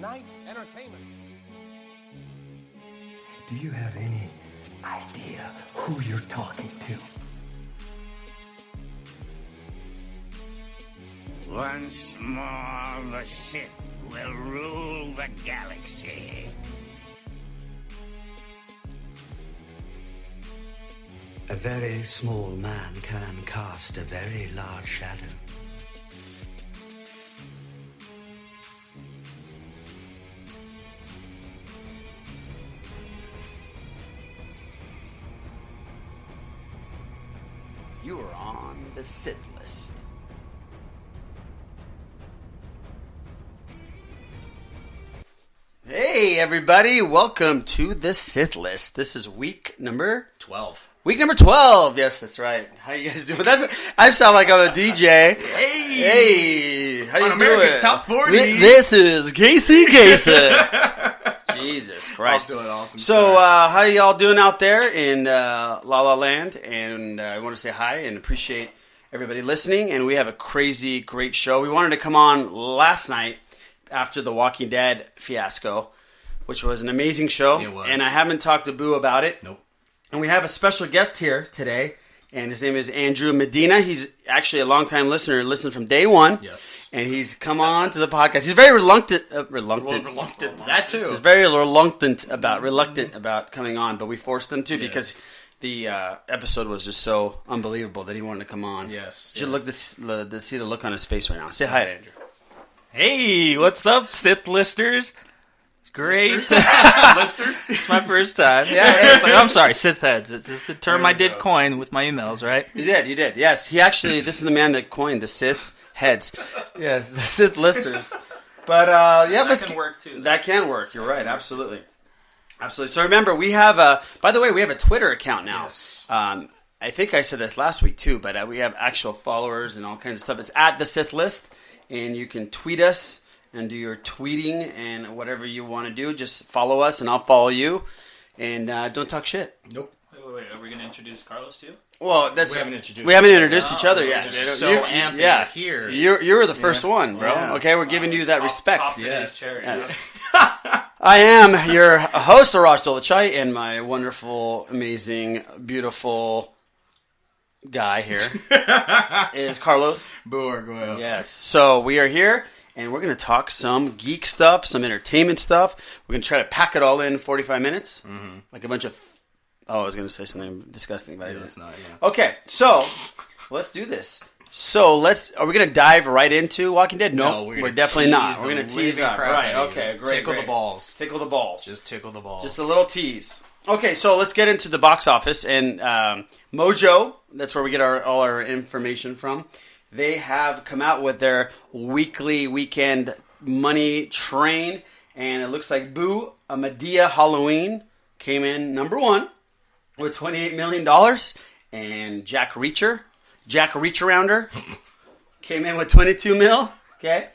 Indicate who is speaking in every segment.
Speaker 1: night's entertainment.
Speaker 2: Do you have any idea who you're talking to?
Speaker 3: Once more, the Sith will rule the galaxy.
Speaker 4: A very small man can cast a very large shadow.
Speaker 5: You are on the Sith list. Hey, everybody, welcome to the Sith List. This is week number 12. Week number 12, yes, that's right. How you guys doing? That's, I sound like I'm a DJ. Hey! Hey! How you
Speaker 6: On America's
Speaker 5: doing?
Speaker 6: Top 40.
Speaker 5: Thi- This is Casey Casey. Jesus Christ.
Speaker 6: doing awesome.
Speaker 5: So, uh, how y'all doing out there in uh, La La Land? And uh, I want to say hi and appreciate everybody listening. And we have a crazy, great show. We wanted to come on last night after the Walking Dead fiasco, which was an amazing show.
Speaker 6: It was.
Speaker 5: And I haven't talked to Boo about it.
Speaker 6: nope.
Speaker 5: And we have a special guest here today, and his name is Andrew Medina. He's actually a longtime listener, listened from day one.
Speaker 6: Yes.
Speaker 5: And he's come on to the podcast. He's very reluctant, uh,
Speaker 6: Well,
Speaker 5: reluctant,
Speaker 6: reluctant. That too.
Speaker 5: was very reluctant about reluctant about coming on, but we forced him to because the uh, episode was just so unbelievable that he wanted to come on.
Speaker 6: Yes,
Speaker 5: you should
Speaker 6: yes.
Speaker 5: look this, the, the- see the look on his face right now. Say hi to Andrew.
Speaker 7: Hey, what's up, Sith listers? It's great.
Speaker 6: Listers?
Speaker 7: it's my first time. It's like, I'm sorry, Sith heads. It's, it's the term I did coin with my emails, right?
Speaker 5: You did, you did. Yes, he actually. this is the man that coined the Sith heads. Yes, the Sith listers. But uh, yeah, let's
Speaker 7: can
Speaker 5: get-
Speaker 7: work, too.
Speaker 5: That can work. You're right. Absolutely, absolutely. So remember, we have a. By the way, we have a Twitter account now.
Speaker 6: Yes.
Speaker 5: Um, I think I said this last week too, but uh, we have actual followers and all kinds of stuff. It's at the Sith List, and you can tweet us and do your tweeting and whatever you want to do. Just follow us, and I'll follow you. And uh, don't talk shit.
Speaker 6: Nope.
Speaker 7: Wait, wait, wait. Are we going to introduce Carlos, too?
Speaker 5: Well, that's
Speaker 6: We haven't introduced
Speaker 5: we haven't introduced each other
Speaker 6: we're
Speaker 5: yet.
Speaker 6: just
Speaker 5: You know,
Speaker 6: so amped that
Speaker 5: yeah.
Speaker 6: you're here.
Speaker 5: You're you were the first one, bro.
Speaker 6: Yeah.
Speaker 5: Okay, we're giving you that respect.
Speaker 7: Pop today's
Speaker 6: Yes.
Speaker 7: cherry.
Speaker 5: Yes. I am your host, Arash Dolachai, and my wonderful, amazing, beautiful guy here is Carlos.
Speaker 6: Boo or go out.
Speaker 5: Yes. So we are here, and we're going to talk some geek stuff, some entertainment stuff. We're going to try to pack it all in 45 minutes, mm-hmm. like a bunch of. Oh, I was going to say something disgusting, but I didn't.
Speaker 6: That's not, yeah.
Speaker 5: Okay, so let's do this. So let's. Are we gonna dive right into Walking Dead? No, we're,
Speaker 6: gonna
Speaker 5: definitely not.
Speaker 6: tease
Speaker 5: We're
Speaker 6: the
Speaker 5: gonna tease
Speaker 6: living
Speaker 5: up.
Speaker 6: crap
Speaker 5: Right.
Speaker 6: out of you.
Speaker 5: Okay. Great.
Speaker 6: Tickle
Speaker 5: great.
Speaker 6: the balls.
Speaker 5: Tickle the balls. Just,
Speaker 6: Just tickle the balls.
Speaker 5: a little tease. Okay, so let's get into the box office and um, Mojo. That's where we get our all our information from. They have come out with their weekly weekend money train, and it looks like Boo a Medea Halloween came in number one with $28 million and jack reacher jack reach arounder came in with 22 mil okay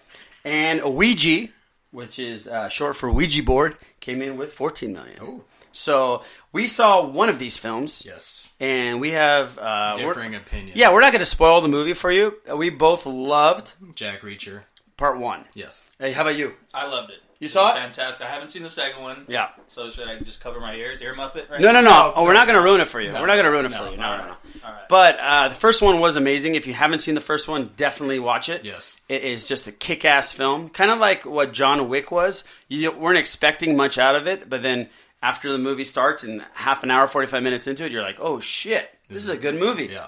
Speaker 5: and ouija which is uh, short for ouija board came in with 14 million so we saw one of these films
Speaker 6: yes.
Speaker 5: and we have uh, we're-
Speaker 6: Differing opinions.
Speaker 5: yeah we're not going to spoil the movie for you we both loved
Speaker 6: Jack Reacher.
Speaker 5: part one
Speaker 6: Yes.
Speaker 5: hey how about you
Speaker 7: I loved it.
Speaker 5: You saw it?
Speaker 7: Fantastic. I haven't seen the second one.
Speaker 5: yeah
Speaker 7: So should I just cover my ears, earmuff it? Right
Speaker 5: No, no, no.
Speaker 6: No,
Speaker 5: oh, we're not going to ruin it for you. we're not going to ruin it
Speaker 6: No,
Speaker 5: for you. No, no, no.
Speaker 7: alright.
Speaker 5: But uh, the first one was amazing. If you haven't seen the first one, definitely watch it.
Speaker 6: Yes.
Speaker 5: It is just a kick ass film. Kind of like what John Wick was. You weren't expecting much out of it, but then after the movie starts and half an hour, 45 minutes into it, you're like, oh shit, this is a good movie.
Speaker 6: Yeah.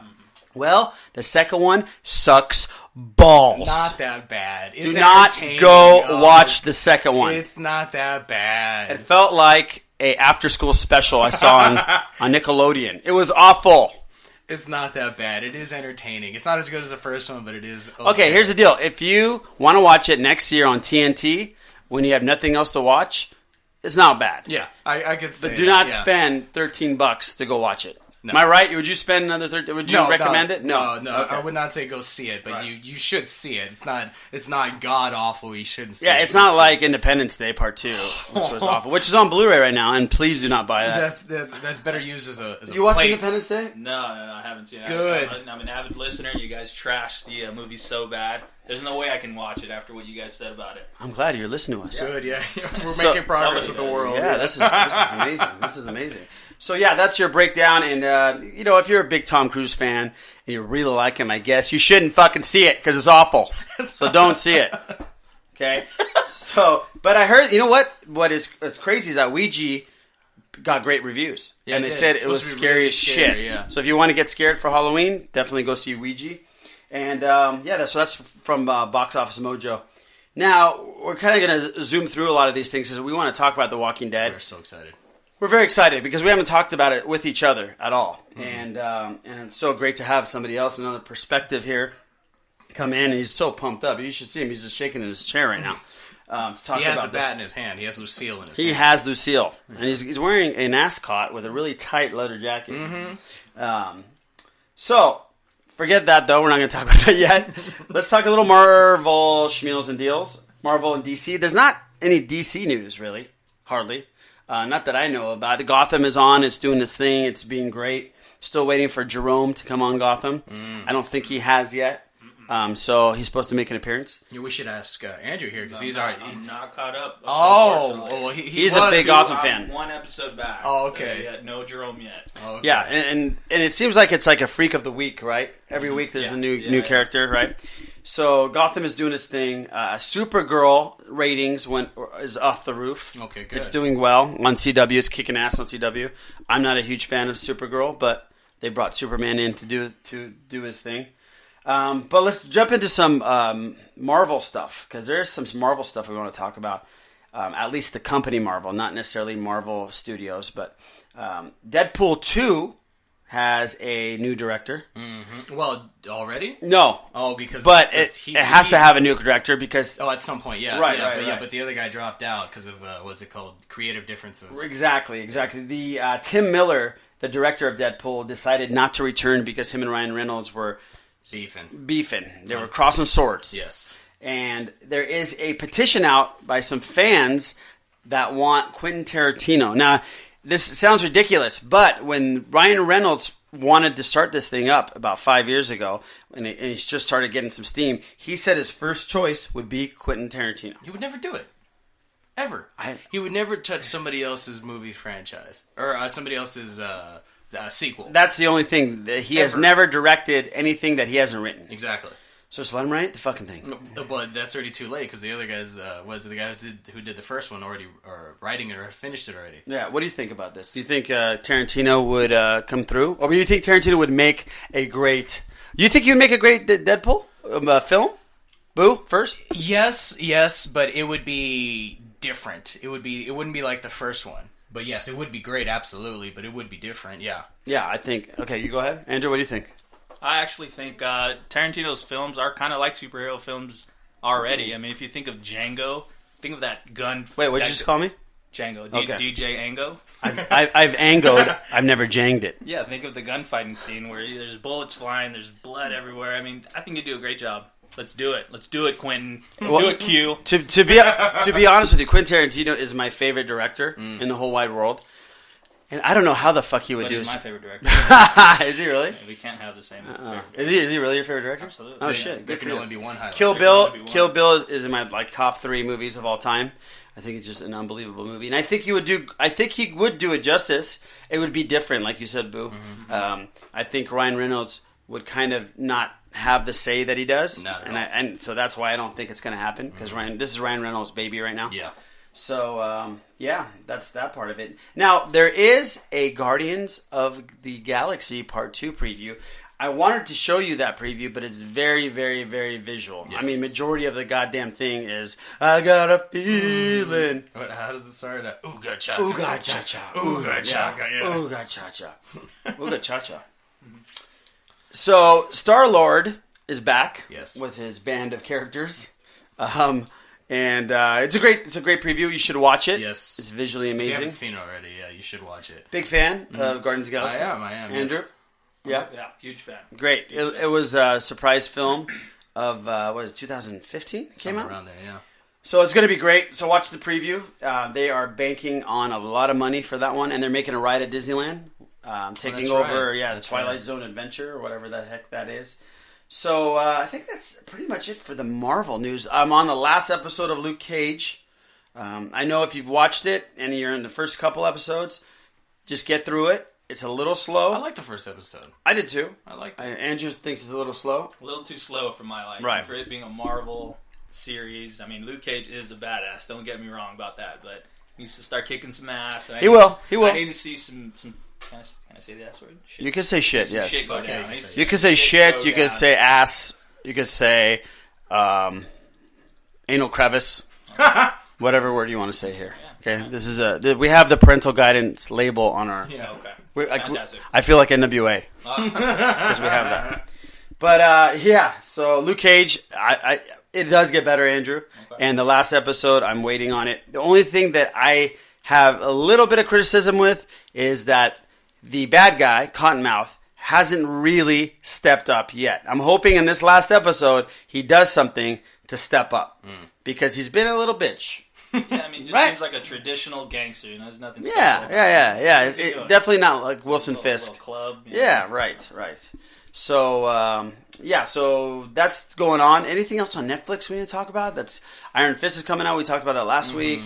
Speaker 5: Well, the second one sucks balls.
Speaker 6: Not that bad. It's
Speaker 5: Do not
Speaker 6: entertaining,
Speaker 5: go
Speaker 6: y'all.
Speaker 5: watch the second one.
Speaker 6: It's not that
Speaker 5: It
Speaker 6: bad.
Speaker 5: felt like a after school special I saw on, on Nickelodeon. It was awful.
Speaker 6: It's not that bad. It is entertaining. It's not as good as the first one, but it is.
Speaker 5: Okay, here's the deal. If you want to watch it next year on TNT when you have nothing else to watch, it's not bad.
Speaker 6: Yeah, I, I could say.
Speaker 5: But do not
Speaker 6: that, yeah.
Speaker 5: spend 13 bucks to go watch it. Am I right? Would you spend another 13 Would you recommend it?
Speaker 6: no, no. I would not say go see it, but you you should see it. It's not it's not god awful. You shouldn't. see
Speaker 5: Yeah,
Speaker 6: it.
Speaker 5: it's not like Independence Day Part 2, which was awful, which is on Blu-ray right now and please do not buy that.
Speaker 6: that's that, that's better used as a. As a
Speaker 5: you watch
Speaker 6: plate.
Speaker 5: Independence Day?
Speaker 7: No, no, no. I haven't seen it.
Speaker 6: Good.
Speaker 7: I, am an avid listener. You guys trashed the uh, movie so bad. There's no way I can watch it after what you guys said about it.
Speaker 5: I'm glad you're listening to us.
Speaker 6: Good, yeah. We're
Speaker 7: So-
Speaker 6: making progress with the
Speaker 7: somebody does.
Speaker 6: world.
Speaker 5: Yeah, this is this is amazing. This is amazing. So yeah, that's your breakdown, and uh, you know if you're a big Tom Cruise fan and you really like him, I guess you shouldn't fucking see it because it's awful. So don't see it. Okay. So, but I heard you know what? What is what's crazy is that Ouija got great reviews,
Speaker 6: Yeah,
Speaker 5: and
Speaker 6: it
Speaker 5: they
Speaker 6: did.
Speaker 5: said
Speaker 6: It's
Speaker 5: it was
Speaker 6: supposed to be
Speaker 5: scary
Speaker 6: really
Speaker 5: as
Speaker 6: scary,
Speaker 5: shit.
Speaker 6: yeah.
Speaker 5: So if you want to get scared for Halloween, definitely go see Ouija. And um, yeah, that's, so that's from uh, Box Office Mojo. Now we're kind of going to zoom through a lot of these things because we want to talk about The Walking Dead.
Speaker 6: We're so excited.
Speaker 5: We're very excited because we haven't talked about it with each other at all,
Speaker 6: Mm-hmm.
Speaker 5: and um, and it's so great to have somebody else, another perspective here, come in. He's so pumped up. You should see him. He's just shaking in his chair right now. Um, to talk
Speaker 6: He has the
Speaker 5: about this.
Speaker 6: bat in his hand. He has Lucille in his
Speaker 5: He
Speaker 6: hand.
Speaker 5: has Lucille, and he's, he's wearing an ascot with a really tight leather jacket. Um, so forget that though. We're not going to talk about that yet. Let's talk a little Marvel schmeals and deals. Marvel and DC. There's not any DC news really, hardly. Uh, not that I know about. Gotham is on. It's doing its thing. It's being great. Still waiting for Jerome to come on Gotham. I don't think he has yet. Um, so he's supposed to make an appearance.
Speaker 6: Yeah, We should ask uh, Andrew here because he's already.
Speaker 7: I'm not caught up.
Speaker 6: Oh,
Speaker 7: unfortunately.
Speaker 6: well, he, he
Speaker 5: He's a
Speaker 6: was-
Speaker 5: big Gotham fan.
Speaker 7: I'm one episode back.
Speaker 6: Oh,
Speaker 7: so
Speaker 6: okay.
Speaker 7: yeah, no Jerome yet.
Speaker 6: Oh, okay.
Speaker 5: Yeah, and, and and it seems like it's like a freak of the week, right? Every week there's a
Speaker 7: Mm-hmm. Yeah.
Speaker 5: new
Speaker 7: Yeah,
Speaker 5: new
Speaker 7: yeah.
Speaker 5: character, right? So Gotham is doing its thing. Uh, Supergirl ratings went is off the roof.
Speaker 6: Okay, good.
Speaker 5: It's doing well on CW. It's kicking ass on CW. I'm not a huge fan of Supergirl, but they brought Superman in to do to do his thing. Um, but let's jump into some um, Marvel stuff because there's some Marvel stuff we want to talk about. Um, at least the company Marvel, not necessarily Marvel Studios, but um, Deadpool two has a new director.
Speaker 6: Well, already?
Speaker 5: No,
Speaker 6: Hmm. Oh, because
Speaker 5: but it,
Speaker 6: because
Speaker 5: it has to have a new director because
Speaker 6: Oh, at some point, yeah,
Speaker 5: Right,
Speaker 6: yeah,
Speaker 5: right,
Speaker 6: but, yeah.
Speaker 5: right.
Speaker 6: But the other guy dropped out because of uh, what's it called? Creative differences.
Speaker 5: Exactly, exactly. The uh, Tim Miller, the director of Deadpool, decided not to return because him and Ryan Reynolds were
Speaker 6: Beefing.
Speaker 5: beefing. They were crossing swords.
Speaker 6: Yes.
Speaker 5: And there is a petition out by some fans that want Quentin Tarantino. Now, this sounds ridiculous, but when Ryan Reynolds wanted to start this thing up about five years ago, and, it, and he's just started getting some steam, he said his first choice would be Quentin Tarantino.
Speaker 6: He would never do it. Ever.
Speaker 5: I-
Speaker 6: he would never touch somebody else's movie franchise or uh, somebody else's uh, uh, sequel.
Speaker 5: That's the only thing that he has
Speaker 6: Ever.
Speaker 5: never directed anything that he hasn't written.
Speaker 6: exactly.
Speaker 5: So just let him write the fucking thing.
Speaker 6: But that's already too late because the other guys uh, was it the guy who did, who did the first one already or writing it or finished it already.
Speaker 5: Yeah, what do you think about this? Do you think uh, Tarantino would uh, come through, or do you think Tarantino would make a great? You think you'd make a great D- Deadpool um, uh, film? Boo first.
Speaker 6: Yes, yes, but it would be different. It would be it wouldn't be like the first one. But yes, it would be great, absolutely. But it would be different. Yeah.
Speaker 5: Yeah, I think. Okay, you go ahead, Andrew. What do you think?
Speaker 7: I actually think uh, Tarantino's films are kind of like superhero films already. I mean, if you think of Django, think of that gun.
Speaker 5: Wait, what'd
Speaker 7: that
Speaker 5: you just call me?
Speaker 7: Django? D-
Speaker 5: Okay.
Speaker 7: DJ Ango.
Speaker 5: I've, I've angoed. I've never janged it.
Speaker 7: Yeah, think of the gunfighting scene where there's bullets flying, there's blood everywhere. I mean, I think you do a great job. Let's do it. Let's do it, Quentin. Let's
Speaker 5: Well-
Speaker 7: do it, Q.
Speaker 5: To, to be to be honest with you, Quentin Tarantino is my favorite director in the whole wide world, and I don't know how the fuck he would
Speaker 7: But
Speaker 5: do. Uh-uh.
Speaker 7: he's my
Speaker 5: this.
Speaker 7: favorite director.
Speaker 5: is he really?
Speaker 7: we can't have the same.
Speaker 5: Is he is he really your favorite director?
Speaker 7: Absolutely.
Speaker 5: Oh
Speaker 7: Yeah,
Speaker 5: shit.
Speaker 6: There
Speaker 5: Good for
Speaker 6: can
Speaker 5: you.
Speaker 6: only be one highlight.
Speaker 5: Kill
Speaker 7: There can
Speaker 5: Bill.
Speaker 7: only be one.
Speaker 5: Kill Bill is, is in my like top three movies of all time. I think it's just an unbelievable movie, and I think he would do. I think he would do it justice. It would be different, like you said, Boo.
Speaker 6: Mm-hmm,
Speaker 5: Um, I think Ryan Reynolds would kind of not have the say that he does,
Speaker 6: Not at Mm-hmm.
Speaker 5: and I, and so that's why I don't think it's going to happen because Ryan. This is Ryan Reynolds' baby right now.
Speaker 6: Yeah.
Speaker 5: So um, yeah, that's that part of it. Now there is a Guardians of the Galaxy Part Two preview. I wanted to show you that preview, but it's very, very, very visual. I mean, majority of the goddamn thing is I got a feeling.
Speaker 6: What, how does it start? Uh, Ooga cha.
Speaker 5: Ooga cha cha.
Speaker 6: Ooga chaka, yeah.
Speaker 5: Ooga cha cha. Ooga cha cha. So Star Lord is back.
Speaker 6: Yes.
Speaker 5: With his band of characters. Um and uh, it's a great it's a great preview. You should watch it.
Speaker 6: Yes.
Speaker 5: It's visually
Speaker 6: If you haven't
Speaker 5: amazing.
Speaker 6: seen it already, yeah, you should watch it.
Speaker 5: Big fan of Guardians of the
Speaker 6: I
Speaker 5: Galaxy.
Speaker 6: am, I am. yes.
Speaker 5: Andrew. Yeah.
Speaker 7: Yeah, huge fan.
Speaker 5: Great. It, it was a surprise film of uh, what is it, 2015 came out.
Speaker 6: Around there, yeah.
Speaker 5: So it's going to be great. So watch the preview. Uh, they are banking on a lot of money for that one, and they're making a ride at Disneyland, um, taking
Speaker 6: that's
Speaker 5: over
Speaker 6: right.
Speaker 5: yeah the
Speaker 6: That's
Speaker 5: Twilight
Speaker 6: right.
Speaker 5: Zone adventure or whatever the heck that is. So uh, I think that's pretty much it for the Marvel news. I'm on the last episode of Luke Cage. Um, I know if you've watched it and you're in the first couple episodes, just get through it. It's a little slow.
Speaker 6: I like the first episode.
Speaker 5: I did too.
Speaker 6: I like
Speaker 5: I,
Speaker 6: that.
Speaker 5: Andrew thinks it's a little slow.
Speaker 7: A little too slow for my liking.
Speaker 5: Right.
Speaker 7: For it being a Marvel series. I mean, Luke Cage is a badass. Don't get me wrong about that, but he needs to start kicking some ass. and I
Speaker 5: He
Speaker 7: need-
Speaker 5: will. He will.
Speaker 7: I need to see some. some can, I, can I say the S word? Shit.
Speaker 5: You can say shit.
Speaker 7: Some
Speaker 5: Yes.
Speaker 7: shit go down. I need to see
Speaker 5: You could say
Speaker 7: go
Speaker 5: shit. You
Speaker 7: down.
Speaker 5: could say ass. You could say um, anal crevice. Whatever word you want to say here. Okay, this is a th- we have the parental guidance label on our.
Speaker 7: Yeah, okay.
Speaker 5: we- like, we-
Speaker 7: Fantastic. Ah.
Speaker 5: I feel like NWA because we have that. But uh, yeah, so Luke Cage, I, I it does get better, Andrew. And the last episode, I'm waiting on it. The only thing that I have a little bit of criticism with is that the bad guy, Cottonmouth, hasn't really stepped up yet. I'm hoping in this last episode he does something to step up
Speaker 7: Hmm.
Speaker 5: because he's been a little bitch.
Speaker 7: Yeah, I mean, it just
Speaker 5: Right.
Speaker 7: seems like a traditional gangster. You know, there's nothing. special
Speaker 5: Yeah,
Speaker 7: about it.
Speaker 5: yeah, yeah, yeah. It- it-
Speaker 7: doing?
Speaker 5: definitely not like Wilson
Speaker 7: Little-
Speaker 5: Fisk.
Speaker 7: little club. you know.
Speaker 5: Yeah, right, right. So um, yeah, so that's going on. Anything else on Netflix we need to talk about? That's Iron Fist is coming out. We talked about that last week,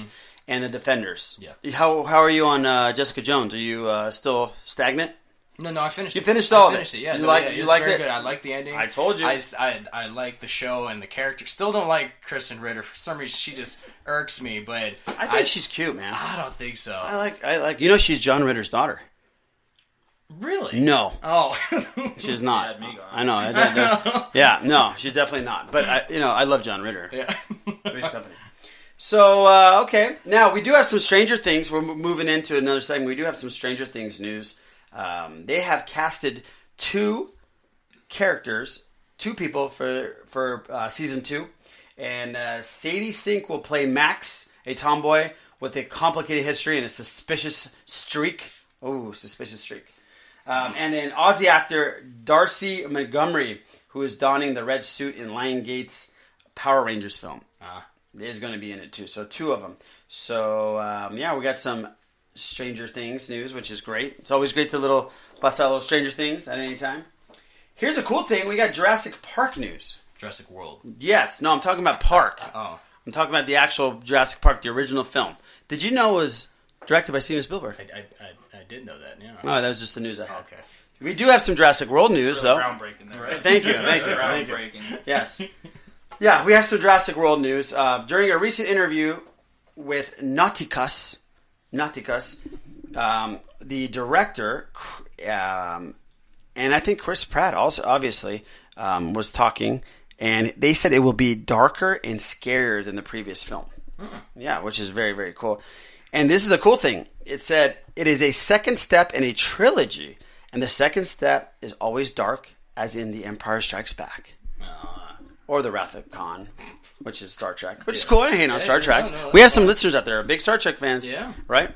Speaker 5: and the Defenders.
Speaker 6: Yeah.
Speaker 5: How how are you on uh, Jessica Jones? Are you uh, still stagnant?
Speaker 6: No, no, I finished.
Speaker 5: You
Speaker 6: it.
Speaker 5: finished
Speaker 6: I
Speaker 5: all of
Speaker 6: finished
Speaker 5: it.
Speaker 6: it. Yeah,
Speaker 5: You
Speaker 6: no,
Speaker 5: like-
Speaker 6: yeah,
Speaker 5: you
Speaker 6: it's
Speaker 5: liked
Speaker 6: very
Speaker 5: it?
Speaker 6: Good. I like the ending.
Speaker 5: I told you.
Speaker 6: I, s- I- I like the show and the character. Still don't like Kristen Ritter for some reason. She just irks me. But
Speaker 5: I think she's cute, man.
Speaker 6: I don't think so.
Speaker 5: I like I like. You know, she's John Ritter's daughter.
Speaker 6: really?
Speaker 5: No,
Speaker 6: Oh,
Speaker 5: she's not.
Speaker 7: had me going.
Speaker 5: I know. I- I- I- yeah, no, she's definitely not. But I, you know, I love John Ritter.
Speaker 6: yeah.
Speaker 5: So uh, okay, now we do have some Stranger Things. We're mo- moving into another segment. We do have some Stranger Things news. Um, they have casted two characters, two people for for uh, season two, and uh, Sadie Sink will play Max, a tomboy with a complicated history and a suspicious streak. Oh, suspicious streak. Um, and then Aussie actor Darcy Montgomery, who is donning the red suit in Lion Gate's Power Rangers film
Speaker 6: Ah.
Speaker 5: is going to be in it too. So two of them. So um, yeah, we got some Stranger Things news, which is great. It's always great to little bust out little Stranger Things at any time. Here's a cool thing: we got Jurassic Park news.
Speaker 6: Jurassic
Speaker 5: Hmm.
Speaker 6: World.
Speaker 5: Yes, no, I'm talking about Park.
Speaker 6: Oh.
Speaker 5: I'm talking about the actual Jurassic Park, the original film. Did you know it was directed by Steven Spielberg?
Speaker 6: I, I, I, I did know that. Yeah. Ah,
Speaker 5: No, that was just the news I had.
Speaker 6: Okay.
Speaker 5: We do have some Jurassic World news,
Speaker 7: Really
Speaker 5: though.
Speaker 7: groundbreaking there. Right?
Speaker 5: Thank you, thank you, thank you.
Speaker 7: groundbreaking.
Speaker 5: Yes. Yeah, we have some Jurassic World news. Uh, during a recent interview with Nauticus, Nauticus, um, the director, um, and I think Chris Pratt also obviously um, was talking, and they said it will be darker and scarier than the previous film.
Speaker 6: Hmm.
Speaker 5: Yeah, which is very very cool. And this is the cool thing. It said it is a second step in a trilogy, and the second step is always dark, as in The Empire Strikes Back or the Wrath of Khan, which is Star Trek, which is cool. I hate on Star
Speaker 6: Ah. yeah,
Speaker 5: Trek.
Speaker 6: no, no,
Speaker 5: we have some listeners out there, big Star Trek fans,
Speaker 6: Yeah.
Speaker 5: right?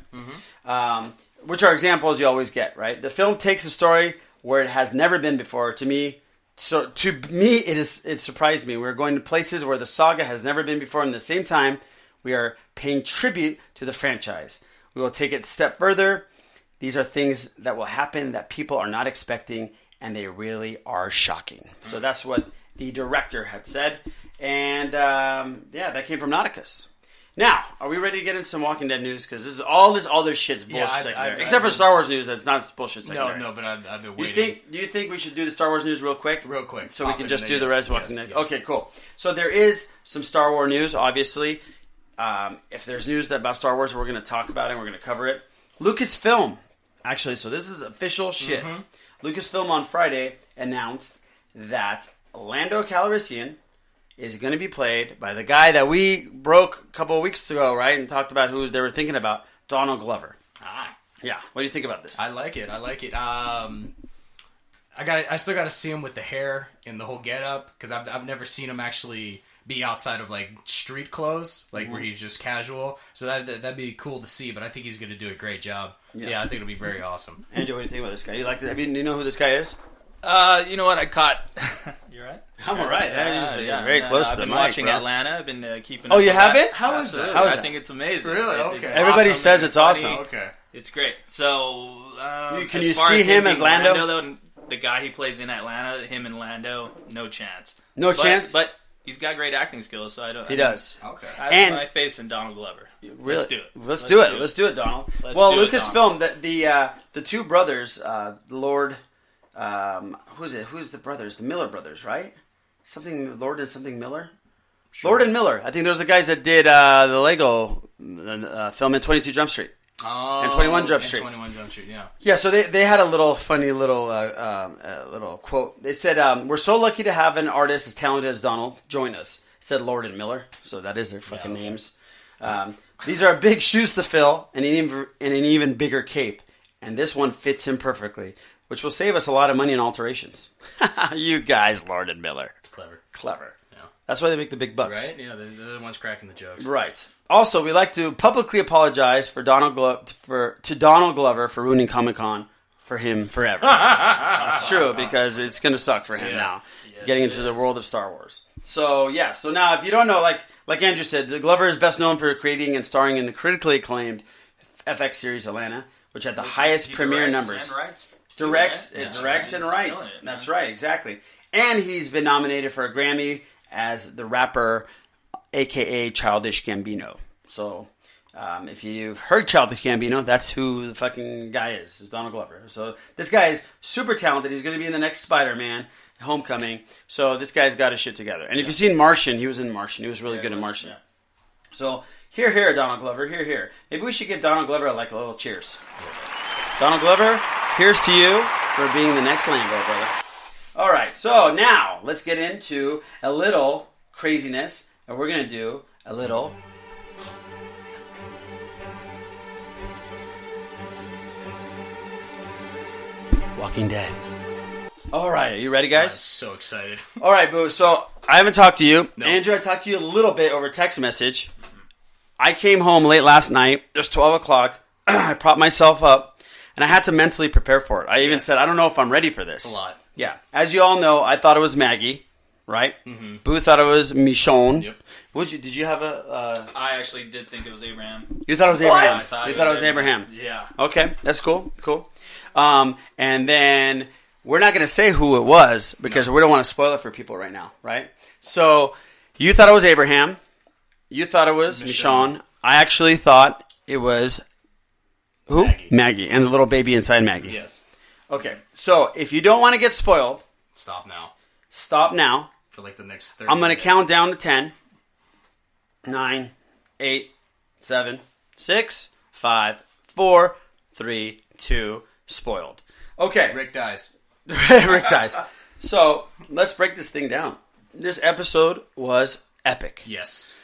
Speaker 5: Um, which are examples you always get, right? The film takes a story where it has never been before. To me, so to me, it is it surprised me. We're going to places where the saga has never been before, and at the same time, we are paying tribute to the franchise. We will take it a step further. These are things that will happen that people are not expecting, and they really are shocking. So that's what the director had said, and um, yeah, that came from Nauticus. Now, are we ready to get into some Walking Dead news? Because this is all this other shit's bullshit
Speaker 6: I-
Speaker 5: secondary,
Speaker 6: I- I-
Speaker 5: except for Star Wars news. That's not bullshit
Speaker 6: No,
Speaker 5: secondary.
Speaker 6: no, but I've, I've been
Speaker 5: Do you
Speaker 6: waiting.
Speaker 5: think? Do you think we should do the Star Wars news real quick?
Speaker 6: Real quick.
Speaker 5: so we
Speaker 6: Pop
Speaker 5: can
Speaker 6: it
Speaker 5: just
Speaker 6: in
Speaker 5: do
Speaker 6: there,
Speaker 5: the
Speaker 6: yes,
Speaker 5: Res Walking
Speaker 6: yes,
Speaker 5: Dead.
Speaker 6: yes.
Speaker 5: Okay, cool. So there is some Star Wars news, obviously. Um, if there's news that about Star Wars, we're going to talk about it. and We're going to cover it. Lucasfilm, actually. So this is official shit.
Speaker 6: Mm-hmm.
Speaker 5: Lucasfilm on Friday announced that Lando Calrissian is going to be played by the guy that we broke a couple of weeks ago, right, and talked about who they were thinking about, Donald Glover.
Speaker 6: Ah.
Speaker 5: Yeah. What do you think about this?
Speaker 6: I like it. I like it. Um, I got. I still got to see him with the hair and the whole getup because I've I've never seen him actually be outside of like street clothes, like where he's just casual. So that, that that'd be cool to see. But I think he's gonna do a great job. Yeah, I think it'll be very awesome.
Speaker 5: Andrew, what do you think about this guy? You like? This? I mean, you know who this guy is?
Speaker 7: Uh, you know what? I caught. You're right.
Speaker 5: I'm all right.
Speaker 7: Yeah,
Speaker 5: I just,
Speaker 7: yeah,
Speaker 5: very
Speaker 7: yeah.
Speaker 5: close
Speaker 7: I've
Speaker 5: to the
Speaker 7: been
Speaker 5: mic.
Speaker 7: watching
Speaker 5: bro.
Speaker 7: Atlanta. I've been uh, keeping.
Speaker 5: Oh,
Speaker 7: up
Speaker 5: you
Speaker 7: with
Speaker 5: have
Speaker 7: that.
Speaker 5: it? How
Speaker 6: is that?
Speaker 7: Absolutely.
Speaker 5: How is
Speaker 7: I
Speaker 5: that?
Speaker 7: think it's amazing.
Speaker 6: Really?
Speaker 7: It's- it's
Speaker 6: Okay.
Speaker 5: Everybody
Speaker 7: awesome.
Speaker 5: says it's
Speaker 7: funny.
Speaker 5: awesome.
Speaker 6: Okay.
Speaker 7: It's great. So, um,
Speaker 5: You- can
Speaker 7: as
Speaker 5: you
Speaker 7: far
Speaker 5: see
Speaker 7: as
Speaker 5: him
Speaker 7: being
Speaker 5: as Lando?
Speaker 7: though, the guy he plays in Atlanta, him and Lando, no chance.
Speaker 5: No
Speaker 7: But-
Speaker 5: chance?
Speaker 7: But he's got great acting skills, so I don't.
Speaker 5: He does.
Speaker 6: Okay.
Speaker 7: I have
Speaker 5: And-
Speaker 7: my face in Donald Glover.
Speaker 5: Really?
Speaker 7: Let's do it.
Speaker 5: Let's, do it. Let's do it, Donald.
Speaker 7: Let's
Speaker 5: well,
Speaker 7: do it,
Speaker 5: Lucasfilm, the the, uh, the two brothers, uh, Lord, um, who's it? Who's the brothers? The Miller brothers, right? Something Lord and something Miller. Lord and Miller. I think those are the guys that did uh, the Lego uh, film in Twenty Two Jump Street.
Speaker 6: Oh,
Speaker 5: 21 Jump
Speaker 6: and
Speaker 5: Street.
Speaker 6: 21 Jump Street, yeah.
Speaker 5: Yeah, so they, they had a little funny little uh, um, uh, little quote. They said, um, "We're so lucky to have an artist as talented as Donald join us," said Lord and Miller. So that is their fucking names. Um, these are big shoes to fill, and an even and an even bigger cape, and this one fits him perfectly, which will save us a lot of money in alterations. you guys, Lord and Miller,
Speaker 6: Clever.
Speaker 5: clever.
Speaker 6: Yeah.
Speaker 5: That's why they make the big bucks,
Speaker 6: Right? Yeah, the, the other one's cracking the jokes.
Speaker 5: Right. Also, we'd like to publicly apologize for Donald Glo- for to Donald Glover for ruining Comic Con for him forever. it's true because it's gonna suck for him now getting into the world of Star Wars. So yeah. So now, if you don't know, like like Andrew said, Glover is best known for creating and starring in the critically acclaimed FX series Atlanta, which had the highest
Speaker 7: He
Speaker 5: premiere
Speaker 7: directs
Speaker 5: numbers
Speaker 7: and writes too,
Speaker 5: directs,
Speaker 7: right?
Speaker 5: it
Speaker 7: Yeah.
Speaker 5: directs and
Speaker 7: He's
Speaker 5: writes.
Speaker 7: killing it,
Speaker 5: That's
Speaker 7: man.
Speaker 5: right, exactly. And he's been nominated for a Grammy as the rapper, aka Childish Gambino. So, um, if you've heard Childish Gambino, that's who the fucking guy is. Is Donald Glover. So this guy is super talented. He's going to be in the next Spider Man. Homecoming. So this guy's got his shit together. And if you've seen Martian, he was in Martian. He was really good in Martian. So here, here, Donald Glover, here, here. Maybe we should give Donald Glover like a little cheers. Donald Glover, here's to you for being the next Lambo, brother. All right, so now let's get into a little craziness, and we're gonna do a little. Walking Dead. All right, are you ready, guys?
Speaker 6: So excited.
Speaker 5: All right, boo. So I haven't talked to you, Andrew. I talked to you a little bit over text message. I came home late last night. It was twelve o'clock. I propped myself up, and I had to mentally prepare for it. I even said, "I don't know if I'm ready for this."
Speaker 6: a lot.
Speaker 5: Yeah. As you all know, I thought it was Maggie, right? Mm-hmm. Boo thought it was Michonne.
Speaker 6: Yep.
Speaker 5: Would you? Did you have a? Uh,
Speaker 7: I actually did think it was Abraham.
Speaker 5: you thought it was Abraham.
Speaker 7: I thought
Speaker 5: you
Speaker 7: it
Speaker 5: thought it
Speaker 7: was
Speaker 5: was Abraham.
Speaker 7: Yeah.
Speaker 5: Okay, that's cool. Cool. Um, and then we're not going to say who it was because we don't want to spoil it for people right now, right? So you thought it was Abraham. You thought it was Michonne. I actually thought it was who?
Speaker 6: Maggie.
Speaker 5: and the little baby inside Maggie.
Speaker 6: Yes.
Speaker 5: Okay. So if you don't want to get spoiled,
Speaker 6: Stop now.
Speaker 5: stop now.
Speaker 6: For like the next 30
Speaker 5: I'm going to
Speaker 6: minutes.
Speaker 5: count down to 10, 9, 8, 7, 6, 5, 4, 3, 2, spoiled. Okay.
Speaker 6: Rick dies.
Speaker 5: Rick dies. So let's break this thing down. This episode was epic.
Speaker 6: Yes.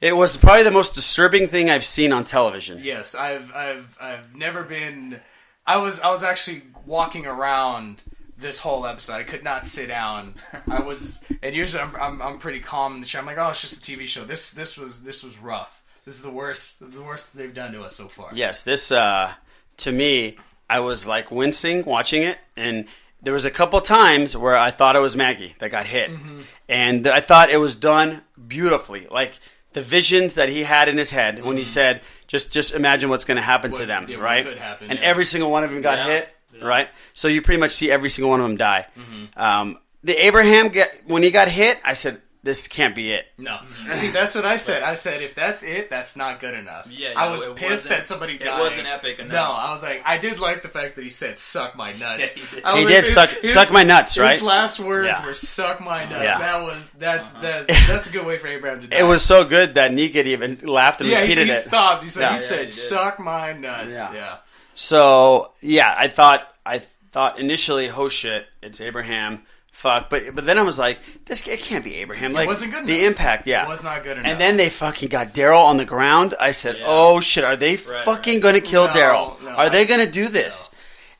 Speaker 5: It was probably the most disturbing thing I've seen on television.
Speaker 6: Yes, I've I've I've never been I was I was actually walking around this whole episode. I could not sit down. I was and usually I'm I'm, I'm pretty calm in the show. I'm like, "Oh, it's just a TV show." This this was this was rough. This is the worst the worst they've done to us so far.
Speaker 5: Yes, this uh, to me, I was like wincing watching it, and there was a couple times where I thought it was Maggie that got hit,
Speaker 6: Mm-hmm.
Speaker 5: and I thought it was done beautifully, like the visions that he had in his head when he said, "Just, just imagine what's going to happen to
Speaker 6: Mm-hmm. What-
Speaker 5: them,"
Speaker 6: yeah, what
Speaker 5: right?
Speaker 6: could happen,
Speaker 5: and
Speaker 6: yeah.
Speaker 5: every single one of them got
Speaker 7: Yeah.
Speaker 5: hit, right? So you pretty much see every single one of them die.
Speaker 6: Mm-hmm.
Speaker 5: Um, the Abraham, get, when he got hit, I said, "This can't be it."
Speaker 6: No. See, that's what I said. I said if that's it, that's not good enough.
Speaker 7: Yeah,
Speaker 6: I
Speaker 7: no,
Speaker 6: was
Speaker 7: it
Speaker 6: pissed
Speaker 7: wasn't-
Speaker 6: that somebody
Speaker 7: it
Speaker 6: died.
Speaker 7: wasn't epic enough.
Speaker 6: No, I was like I did like the fact that he said suck my nuts.
Speaker 7: Yeah, he did.
Speaker 6: I was
Speaker 5: He
Speaker 6: like,
Speaker 5: did
Speaker 6: his-
Speaker 5: suck,
Speaker 6: his-
Speaker 5: suck my nuts, right?
Speaker 6: His last words
Speaker 5: Yeah.
Speaker 6: were "suck my nuts."
Speaker 5: Yeah.
Speaker 6: That was that's
Speaker 7: Uh-huh.
Speaker 6: that, that's a good way for Abraham to die.
Speaker 5: It was so good that Negan even laughed and
Speaker 6: yeah. He,
Speaker 5: repeated
Speaker 6: he
Speaker 5: it.
Speaker 6: stopped. He said,
Speaker 5: Yeah.
Speaker 6: "You
Speaker 5: Yeah,
Speaker 7: he
Speaker 6: said
Speaker 7: did.
Speaker 6: suck my nuts."
Speaker 5: Yeah.
Speaker 6: Yeah.
Speaker 5: So yeah, I thought I thought initially, oh shit, it's Abraham. Fuck, but but then I was like, this it can't be Abraham. Like
Speaker 6: wasn't good
Speaker 5: the
Speaker 6: enough.
Speaker 5: impact, yeah,
Speaker 6: It was not good enough.
Speaker 5: And then they fucking got Daryl on the ground. I said,
Speaker 7: Yeah.
Speaker 5: oh shit, are they fucking gonna kill
Speaker 6: No,
Speaker 5: Daryl?
Speaker 6: no,
Speaker 5: are they
Speaker 6: I-
Speaker 5: gonna do this?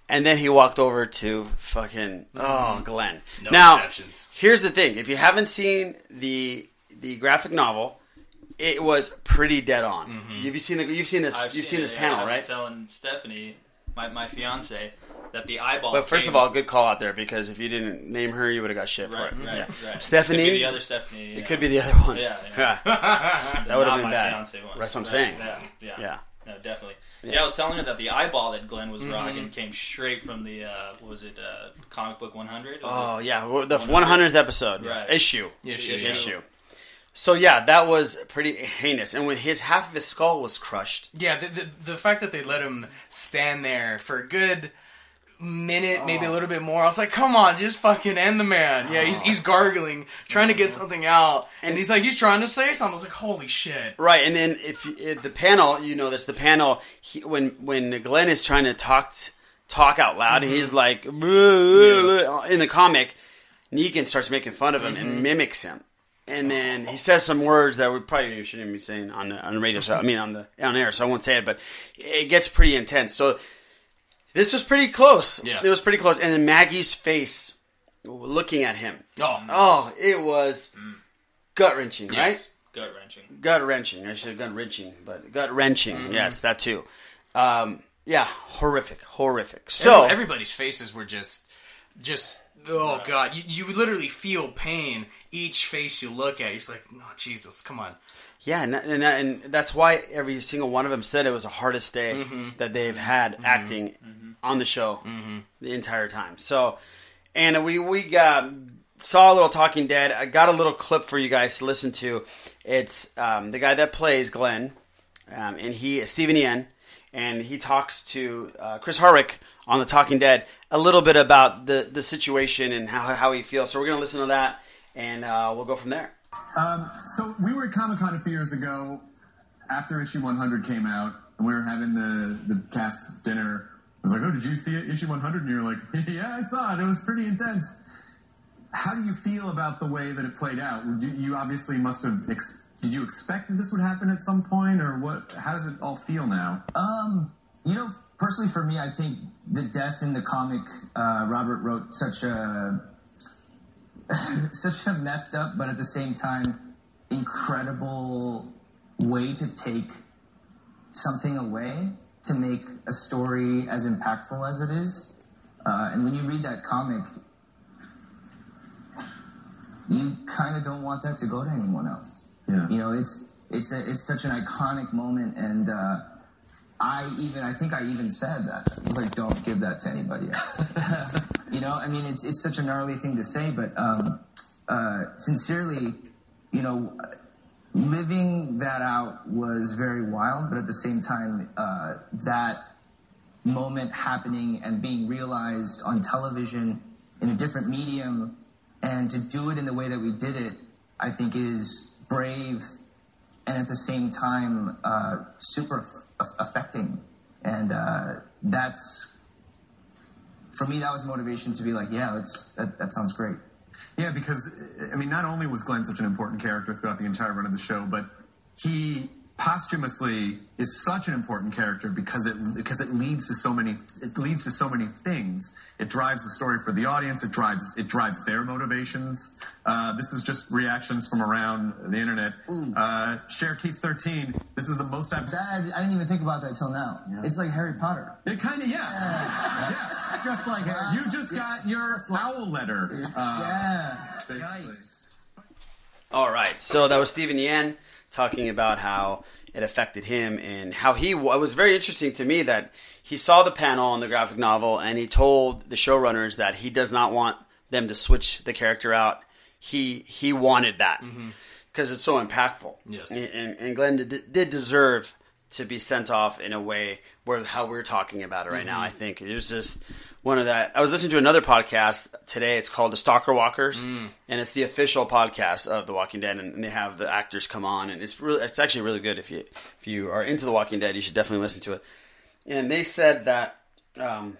Speaker 5: And then he walked over to fucking oh Glenn.
Speaker 6: Mm-hmm. No
Speaker 5: now
Speaker 6: exceptions.
Speaker 5: here's the thing: if you haven't seen the the graphic novel, it was pretty dead on. Have you seen the, you've seen this
Speaker 7: Mm-hmm. I've
Speaker 5: you've seen,
Speaker 7: it,
Speaker 5: this
Speaker 7: yeah.
Speaker 5: panel
Speaker 7: I was
Speaker 5: right?
Speaker 7: telling Stephanie, my, my fiance, that the eyeball.
Speaker 5: But first
Speaker 7: came-
Speaker 5: of all, good call out there because if you didn't name her, you would have got shit
Speaker 7: right,
Speaker 5: for it.
Speaker 7: right,
Speaker 5: Yeah.
Speaker 7: right.
Speaker 5: Stephanie?
Speaker 7: Could be the other Stephanie.
Speaker 5: It could be the other one.
Speaker 7: Yeah,
Speaker 5: that would have been
Speaker 7: my
Speaker 5: bad.
Speaker 7: Fiance one.
Speaker 5: That's what I'm
Speaker 7: Right,
Speaker 5: saying.
Speaker 7: Yeah, yeah.
Speaker 5: Yeah. Mm-hmm.
Speaker 7: No, definitely. Yeah. I was telling her that the eyeball that Glenn was rocking came straight from the uh, what was it uh, comic book 100?
Speaker 5: Oh yeah, well, the 100th episode
Speaker 7: Right.
Speaker 5: issue.
Speaker 6: Issue,
Speaker 5: issue.
Speaker 6: yeah.
Speaker 5: So yeah, that was pretty heinous, and when his half of his skull was crushed,
Speaker 6: Yeah, the, the, the fact that they let him stand there for a good minute, maybe a little bit more, I was like, come on, just fucking end the man. Yeah, he's, he's gargling, trying to get something out. And he's like, he's trying to say something. I was like, holy shit.
Speaker 5: right? And then if, you- if the panel, you know, this the panel he, when when Glenn is trying to talk t- talk out loud,
Speaker 6: Mm-hmm.
Speaker 5: he's like "Bleh, bleh, bleh," in the comic, Negan starts making fun of him
Speaker 6: Mm-hmm.
Speaker 5: and mimics him, and then he says some words that we probably shouldn't be saying on the, on the radio. So I mean on the on air, so I won't say it, but it gets pretty intense. So this was pretty close.
Speaker 6: Yeah.
Speaker 5: it was pretty close, and then Maggie's face looking at him.
Speaker 6: Oh, Mm.
Speaker 5: Oh, it was gut wrenching,
Speaker 6: Yes.
Speaker 7: Gut wrenching.
Speaker 5: right? Gut wrenching. I should have gut wrenching, but gut wrenching. Yes, that too. Um, yeah, horrific, horrific. So
Speaker 6: so everybody's faces were just, just, oh God. You, you literally feel pain each face you look at. You're just like, oh, Jesus, come on.
Speaker 5: yeah, and, that- and, that- and that's why every single one of them said it was the hardest day that they've had acting on the show the entire time. So, and we we got, saw a little Talking Dead. I got a little clip for you guys to listen to. It's um, the guy that plays Glenn, um, and he is Stephen Yen, and he talks to uh, Chris Hardwick on the Talking Dead a little bit about the the situation and how how he feels. So we're gonna listen to that, and uh, we'll go from there.
Speaker 1: Um, so we were at Comic Con a few years ago, after issue 100 came out, and we were having the the cast dinner. I was like, "Oh, did you see it, issue 100?" And you're like, "Yeah, I saw it. It was pretty intense." How do you feel about the way that it played out? You, you obviously must have. Ex- did you expect that this would happen at some point, or what? How does it all feel now?
Speaker 8: Um, you know, personally for me, I think the death in the comic, uh, Robert wrote such a such a messed up, but at the same time, incredible way to take something away to make a story as impactful as it is. Uh, and when you read that comic, you kind of don't want that to go to anyone else.
Speaker 1: Yeah.
Speaker 8: You know, it's it's a, it's such an iconic moment, and uh, I even I think I even said that. I was like, don't give that to anybody. else." you know, I mean, it's it's such a gnarly thing to say, but um, uh, sincerely, you know, living that out was very wild, but at the same time, uh, that moment happening and being realized on television in a different medium and to do it in the way that we did it, I think is brave and at the same time uh, super f- affecting. And uh, that's, for me, that was motivation to be like, yeah, that's, that, that sounds great.
Speaker 1: Yeah, because I mean, not only was Glenn such an important character throughout the entire run of the show, but he posthumously is such an important character because it because it leads to so many it leads to so many things. It drives the story for the audience. It drives it drives their motivations. Uh, this is just reactions from around the internet. Uh, Share Keats thirteen. This is the most I've.
Speaker 8: That, I didn't even think about that till now. It's like Harry Potter.
Speaker 1: It kind of yeah, yeah. Just like Harry. you just got your owl letter. Uh,
Speaker 8: yeah.
Speaker 1: basically.
Speaker 8: Nice.
Speaker 5: All right. So that was Stephen Yen talking about how it affected him and how he. It was very interesting to me that he saw the panel on the graphic novel and he told the showrunners that he does not want them to switch the character out. He he wanted that because it's so impactful.
Speaker 6: Yes.
Speaker 5: And, and, and Glenn did, did deserve to be sent off in a way where how we're talking about it right now. I think it was just one of that. I was listening to another podcast today. It's called The Stalker Walkers, and it's the official podcast of The Walking Dead, and, and they have the actors come on, and it's really it's actually really good. If you if you are into The Walking Dead, you should definitely listen to it. And they said that um,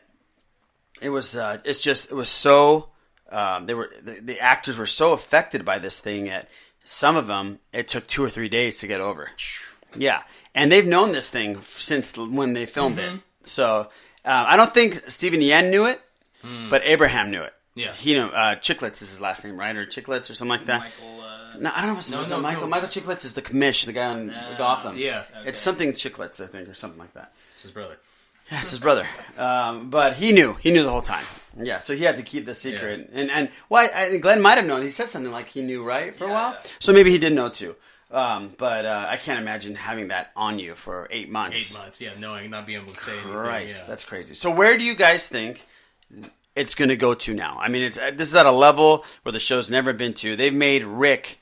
Speaker 5: it was uh, it's just it was so um, they were the, the actors were so affected by this thing that some of them it took two or three days to get over. Yeah, and they've known this thing since when they filmed
Speaker 6: Mm-hmm.
Speaker 5: it. So um, I don't think Stephen Yen knew it, but Abraham knew it.
Speaker 6: Hmm. Yeah.
Speaker 5: he knew uh, Chicklets is his last name, right? Or Chicklets or something like that.
Speaker 7: Michael, uh,
Speaker 5: No, I don't know if it's, is it
Speaker 6: no,
Speaker 5: Michael.
Speaker 6: no.
Speaker 5: Michael Chicklets is the commish, the guy on Gotham.
Speaker 6: yeah.
Speaker 5: it's something Chicklets, I think, or something like that.
Speaker 6: It's his brother.
Speaker 5: That's his brother. Um, but he knew. He knew the whole time. Yeah, so he had to keep the secret. And and why? I, think Glenn might have known. He said something like he knew, right, for a while. So maybe he did know too. Um, but uh, I can't imagine having that on you for eight months.
Speaker 6: Eight months, yeah, knowing not being able to say anything.
Speaker 5: Christ,
Speaker 6: yeah.
Speaker 5: that's crazy. So where do you guys think it's going to go to now? I mean, it's uh, this is at a level where the show's never been to. They've made Rick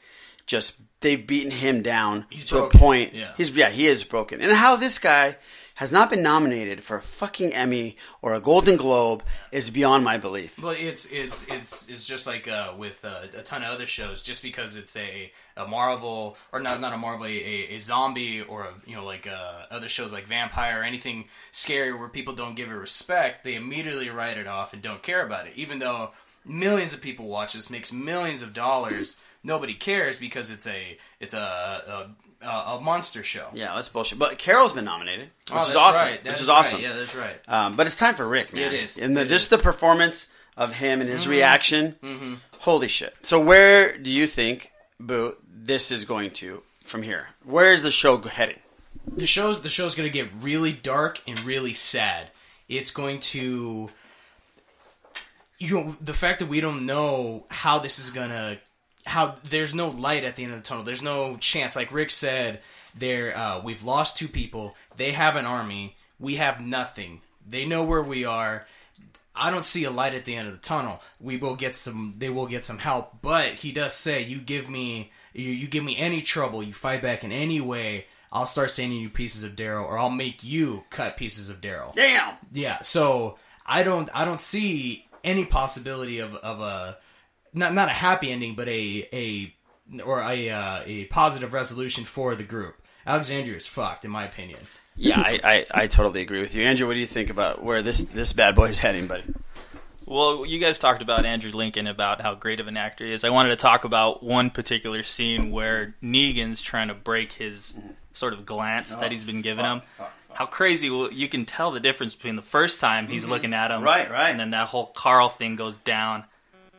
Speaker 5: just they've beaten him down to
Speaker 6: broken,
Speaker 5: a point.
Speaker 6: yeah.
Speaker 5: He's yeah, he is broken. And how this guy has not been nominated for a fucking Emmy or a Golden Globe is beyond my belief.
Speaker 6: Well, it's it's it's it's just like uh, with uh, a ton of other shows. Just because it's a, a Marvel or not not a Marvel, a, a zombie or a, you know like uh, other shows like vampire or anything scary where people don't give it respect, they immediately write it off and don't care about it. Even though millions of people watch this, makes millions of dollars, nobody cares because it's a it's a a, a, a monster show.
Speaker 5: Yeah, that's bullshit. But Carol's been nominated, which
Speaker 6: Oh,
Speaker 5: is
Speaker 6: that's
Speaker 5: awesome.
Speaker 6: right, that
Speaker 5: Which is
Speaker 6: right,
Speaker 5: awesome.
Speaker 6: Yeah, that's right.
Speaker 5: Um, but it's time for Rick, man.
Speaker 6: It is,
Speaker 5: And the,
Speaker 6: it
Speaker 5: just
Speaker 6: is.
Speaker 5: the performance of him and his reaction. Holy shit. So where do you think, Boo, this is going to from here? Where is the show go- heading?
Speaker 6: the show's the show's going to get really dark and really sad. It's going to you know, the fact that we don't know how this is going to how there's no light at the end of the tunnel. There's no chance. Like Rick said, there uh, we've lost two people. They have an army. We have nothing. They know where we are. I don't see a light at the end of the tunnel. We will get some. They will get some help. But he does say, "You give me, you, you give me any trouble, you fight back in any way, I'll start sending you pieces of Daryl, or I'll make you cut pieces of Daryl."
Speaker 5: Damn.
Speaker 6: Yeah. So I don't, I don't see any possibility of of a not not a happy ending, but a a or a uh, a positive resolution for the group. Alexandria is fucked, in my opinion.
Speaker 5: Yeah, I, I, I totally agree with you. Andrew, what do you think about where this, this bad boy is heading, buddy?
Speaker 7: Well, you guys talked about Andrew Lincoln about how great of an actor he is. I wanted to talk about one particular scene where Negan's trying to break his sort of glance
Speaker 5: Oh,
Speaker 7: that he's been giving him. How crazy well, you can tell the difference between the first time he's looking at him,
Speaker 5: Mm-hmm. Right, right.
Speaker 7: and then that whole Carl thing goes down,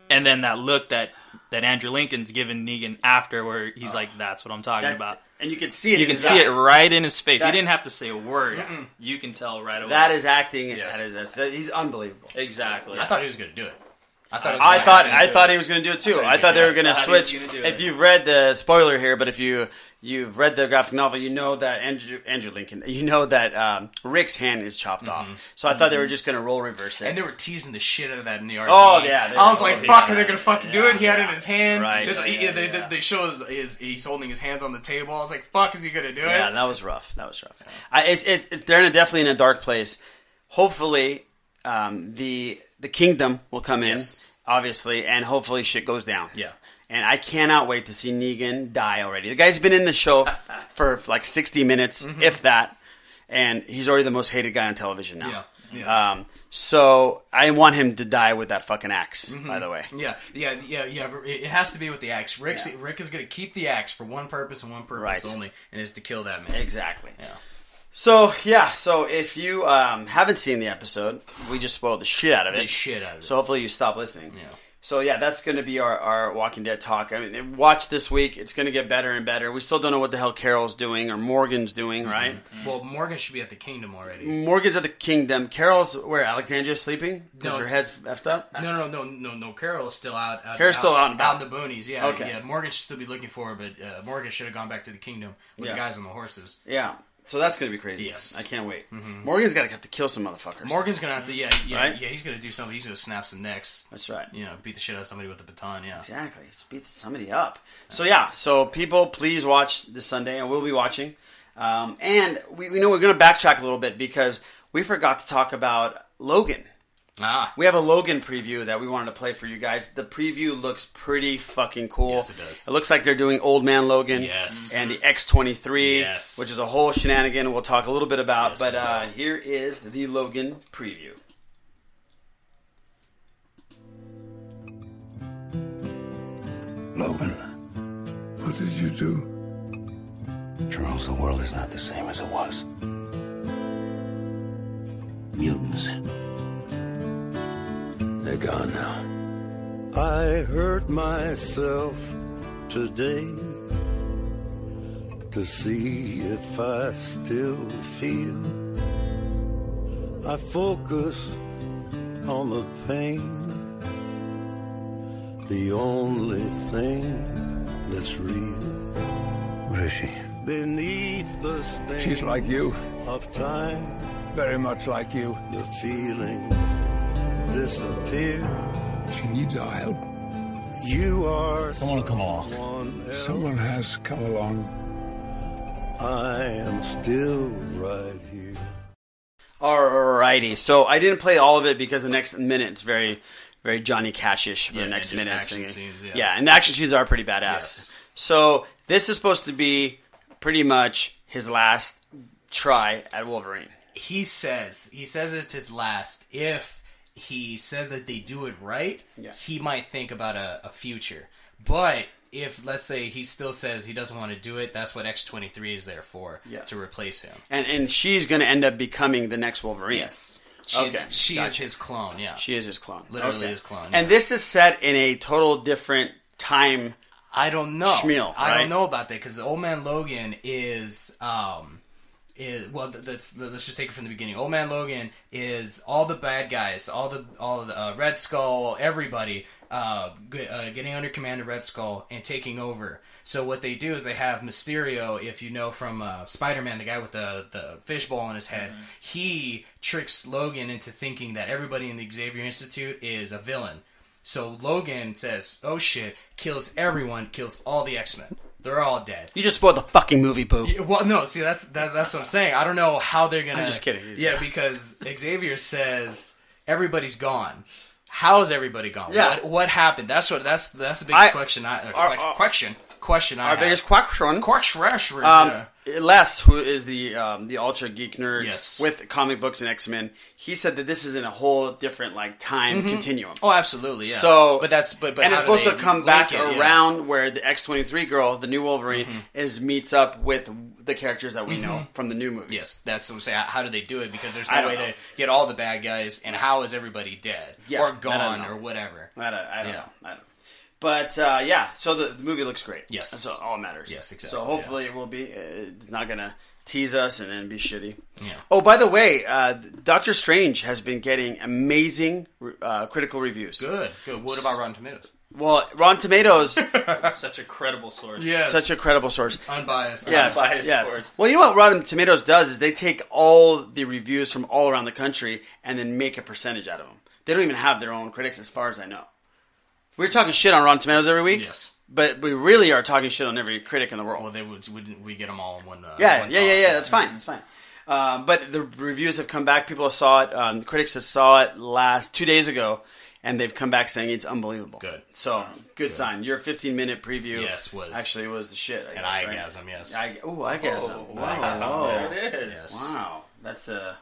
Speaker 7: and then that look that that Andrew Lincoln's giving Negan after, where he's like, "That's what I'm talking about."
Speaker 5: And you can see Oh. it.
Speaker 7: You
Speaker 5: in
Speaker 7: can
Speaker 5: his
Speaker 7: see
Speaker 5: eye.
Speaker 7: it right in his face.
Speaker 5: That-
Speaker 7: he didn't have to say a word. You can tell right away.
Speaker 5: That is acting.
Speaker 6: Yes.
Speaker 5: That is this. That, he's unbelievable.
Speaker 7: exactly.
Speaker 6: I thought he was going to do it. I thought. It was
Speaker 5: I
Speaker 6: gonna
Speaker 5: thought
Speaker 6: happen.
Speaker 5: I thought he was going to do it too. I thought they were going
Speaker 7: I
Speaker 5: to
Speaker 7: thought he was
Speaker 5: switch.
Speaker 7: gonna do it.
Speaker 5: If you've read the spoiler here, but if you you've read the graphic novel, you know that Andrew Andrew Lincoln, you know that um, Rick's hand is chopped off. So I thought they were just going to roll reverse it.
Speaker 6: And they were teasing the shit out of that in the RV.
Speaker 5: Oh, yeah, they
Speaker 6: I was
Speaker 5: were
Speaker 6: like,
Speaker 5: teasing
Speaker 6: "Fuck,
Speaker 5: that.
Speaker 6: are they gonna fucking do
Speaker 5: Yeah,
Speaker 6: it?" He had it
Speaker 5: yeah.
Speaker 6: in his hand.
Speaker 5: Right.
Speaker 6: This,
Speaker 5: Yeah, yeah,
Speaker 6: yeah, they,
Speaker 5: yeah.
Speaker 6: they show his, his he's holding his hands on the table. I was like, "Fuck, is he gonna do it?"
Speaker 5: yeah, that was rough. That was rough. I, it, it, it, they're in a, definitely in a dark place. Hopefully, um, the the kingdom will come in,
Speaker 6: Yes.
Speaker 5: obviously, and hopefully shit goes down.
Speaker 6: Yeah.
Speaker 5: And I cannot wait to see Negan die already. The guy's been in the show f- for like 60 minutes, if that, and he's already the most hated guy on television now.
Speaker 6: Yeah. Yes.
Speaker 5: Um, so I want him to die with that fucking ax by the way.
Speaker 6: Yeah, yeah, yeah, yeah. but It it has to be with the axe. Rick's, Rick is going to keep the axe for one purpose and one purpose
Speaker 5: Right.
Speaker 6: only, and is to kill that man.
Speaker 5: Exactly. So yeah, so if you um, haven't seen the episode, we just spoiled the shit out of it.
Speaker 6: The shit out of it.
Speaker 5: So hopefully you stop listening.
Speaker 6: Yeah.
Speaker 5: So yeah, that's going to be our, our Walking Dead talk. I mean, watch this week. It's going to get better and better. We still don't know what the hell Carol's doing or Morgan's
Speaker 6: Mm-hmm.
Speaker 5: doing, right?
Speaker 6: Well, Morgan should be at the kingdom already.
Speaker 5: Morgan's at the kingdom. Carol's where Alexandria's sleeping because
Speaker 6: No. Uh,
Speaker 5: her head's effed up.
Speaker 6: No, no, no, no, no. Carol is still out. out
Speaker 5: Carol's
Speaker 6: out,
Speaker 5: still out and about.
Speaker 6: out in the boonies. Yeah,
Speaker 5: Okay.
Speaker 6: yeah. Morgan should still be looking for her, but uh, Morgan should have gone back to the kingdom with
Speaker 5: Yeah.
Speaker 6: the guys on the horses.
Speaker 5: Yeah. So that's going to be crazy.
Speaker 6: Yes. Mm-hmm.
Speaker 5: I can't wait. Morgan's got to have to kill some motherfuckers.
Speaker 6: Morgan's gonna have to, yeah, yeah,
Speaker 5: Right?
Speaker 6: yeah. He's gonna do something. He's gonna snap some necks.
Speaker 5: That's right.
Speaker 6: You know, beat the shit out of somebody with a baton. Yeah.
Speaker 5: Exactly. Just beat somebody up. So yeah. So people, please watch this Sunday, and we'll be watching. Um, and we, we know we're going to backtrack a little bit because we forgot to talk about Logan.
Speaker 6: Ah,
Speaker 5: We have a Logan preview that we wanted to play for you guys. The preview looks pretty fucking cool.
Speaker 6: Yes, it does.
Speaker 5: It looks like they're doing Old Man Logan.
Speaker 6: Yes.
Speaker 5: And the X twenty three.
Speaker 6: Yes.
Speaker 5: Which is a whole shenanigan. We'll talk a little bit about.
Speaker 6: Yes,
Speaker 5: but
Speaker 6: we will.
Speaker 5: uh, here is the Logan preview.
Speaker 9: Logan, what did you do?
Speaker 4: Charles, the world is not the same as it was. Mutants. They're gone now.
Speaker 9: I hurt myself today to see if I still feel. I focus on the pain, the only thing that's real. What is she? Beneath the stain She's like you. Of time. Very much like you. The feelings disappear.
Speaker 10: She needs our help.
Speaker 9: You are
Speaker 10: Someone will come along.
Speaker 9: someone else.
Speaker 10: Someone has come along.
Speaker 9: I am still right here.
Speaker 5: Alrighty, so I didn't play all of it because the next minute's very, very Johnny Cash-ish for
Speaker 6: Yeah,
Speaker 5: the
Speaker 6: and
Speaker 5: next
Speaker 6: just
Speaker 5: minute.
Speaker 6: action
Speaker 5: singing.
Speaker 6: scenes, yeah.
Speaker 5: and the action scenes are pretty badass.
Speaker 6: Yes.
Speaker 5: So this is supposed to be pretty much his last try at Wolverine.
Speaker 6: he says he says it's his last if he says that they do it right he might think about a, a future but if let's say he still says he doesn't want to do it that's what x23 is there for
Speaker 5: Yes.
Speaker 6: to replace him
Speaker 5: And and she's gonna end up becoming the next Wolverine.
Speaker 6: she,
Speaker 5: Okay,
Speaker 6: she is
Speaker 5: gotcha.
Speaker 6: his clone yeah
Speaker 5: She is his clone.
Speaker 6: Literally his clone,
Speaker 5: And this is set in a total different time.
Speaker 6: I don't know.
Speaker 5: Schmeal,
Speaker 6: I
Speaker 5: right?
Speaker 6: don't know about that because Old Man Logan is um is well. th- That's let's just take it from the beginning. Old Man Logan is all the bad guys, all the all the uh, Red Skull, everybody uh, g- uh, getting under command of Red Skull and taking over. So what they do is they have Mysterio, if you know from uh, Spider Man, the guy with the the fishbowl on his head. He tricks Logan into thinking that everybody in the Xavier Institute is a villain. So Logan says, "Oh shit!" kills everyone, kills all the X Men. They're all dead.
Speaker 5: You just spoiled the fucking movie, boo.
Speaker 6: Yeah, Well, no, see, that's that, that's what I'm saying. I don't know how they're gonna.
Speaker 5: I'm just kidding.
Speaker 6: Yeah, because Xavier says everybody's gone. How is everybody gone?
Speaker 5: Yeah.
Speaker 6: What, what happened? That's what. That's that's the biggest
Speaker 5: I-
Speaker 6: question. I, uh,
Speaker 5: our-
Speaker 6: que-
Speaker 5: our-
Speaker 6: question. Question. I
Speaker 5: Our
Speaker 6: have.
Speaker 5: biggest quack run.
Speaker 6: question. Um,
Speaker 5: Um, Les, who is the um, the ultra geek nerd
Speaker 6: Yes.
Speaker 5: with comic books and X Men, he said that this is in a whole different like time continuum.
Speaker 6: oh, absolutely. Yeah.
Speaker 5: So,
Speaker 6: but that's but but
Speaker 5: and
Speaker 6: how
Speaker 5: it's
Speaker 6: do
Speaker 5: supposed to
Speaker 6: they
Speaker 5: come
Speaker 6: link
Speaker 5: back
Speaker 6: it? Yeah. Mm-hmm.
Speaker 5: around where the X twenty three girl, the new Wolverine, is meets up with the characters that we know from the new movies.
Speaker 6: Yes, that's what I'm saying. How do they do it? Because there's
Speaker 5: I
Speaker 6: no
Speaker 5: don't
Speaker 6: way
Speaker 5: know.
Speaker 6: to get all the bad guys. And how is everybody dead
Speaker 5: Yeah, I
Speaker 6: or
Speaker 5: don't
Speaker 6: gone
Speaker 5: know.
Speaker 6: or whatever?
Speaker 5: I don't, I don't
Speaker 6: Yeah.
Speaker 5: know. I don't. But uh, yeah, so the, the movie looks great.
Speaker 6: Yes.
Speaker 5: that's all that matters.
Speaker 6: Yes, exactly,
Speaker 5: So hopefully it will be. uh, It's not gonna tease us and then be shitty.
Speaker 6: Yeah.
Speaker 5: Oh, by the way, uh, Doctor Strange has been getting amazing uh, critical reviews.
Speaker 6: Good. Good. What about Rotten Tomatoes?
Speaker 5: Well, Rotten Tomatoes,
Speaker 7: Such a credible source.
Speaker 5: such a credible source.
Speaker 6: unbiased.
Speaker 5: Yes,
Speaker 7: Unbiased
Speaker 5: yes.
Speaker 7: source.
Speaker 5: Well, you know what Rotten Tomatoes does is they take all the reviews from all around the country and then make a percentage out of them. They don't even have their own critics, as far as I know. We're talking shit on Rotten Tomatoes every week.
Speaker 6: Yes.
Speaker 5: But we really are talking shit on every critic in the world.
Speaker 6: Well, they would. Wouldn't we get them all in one? Uh,
Speaker 5: yeah,
Speaker 6: one
Speaker 5: yeah, yeah,
Speaker 6: toss?
Speaker 5: yeah. That's fine. That's fine. Um, but the reviews have come back. People saw it. Um, the critics have saw it last two days ago, and they've come back saying it's unbelievable.
Speaker 6: Good.
Speaker 5: So good, sign. Your 15 minute preview.
Speaker 6: Yes, was-
Speaker 5: actually was the shit. I
Speaker 6: An
Speaker 5: guess, right?
Speaker 6: eye-gasm, yes. Oh,
Speaker 5: I, ooh, eygasm. wow.
Speaker 7: There it is.
Speaker 5: Wow, that's a.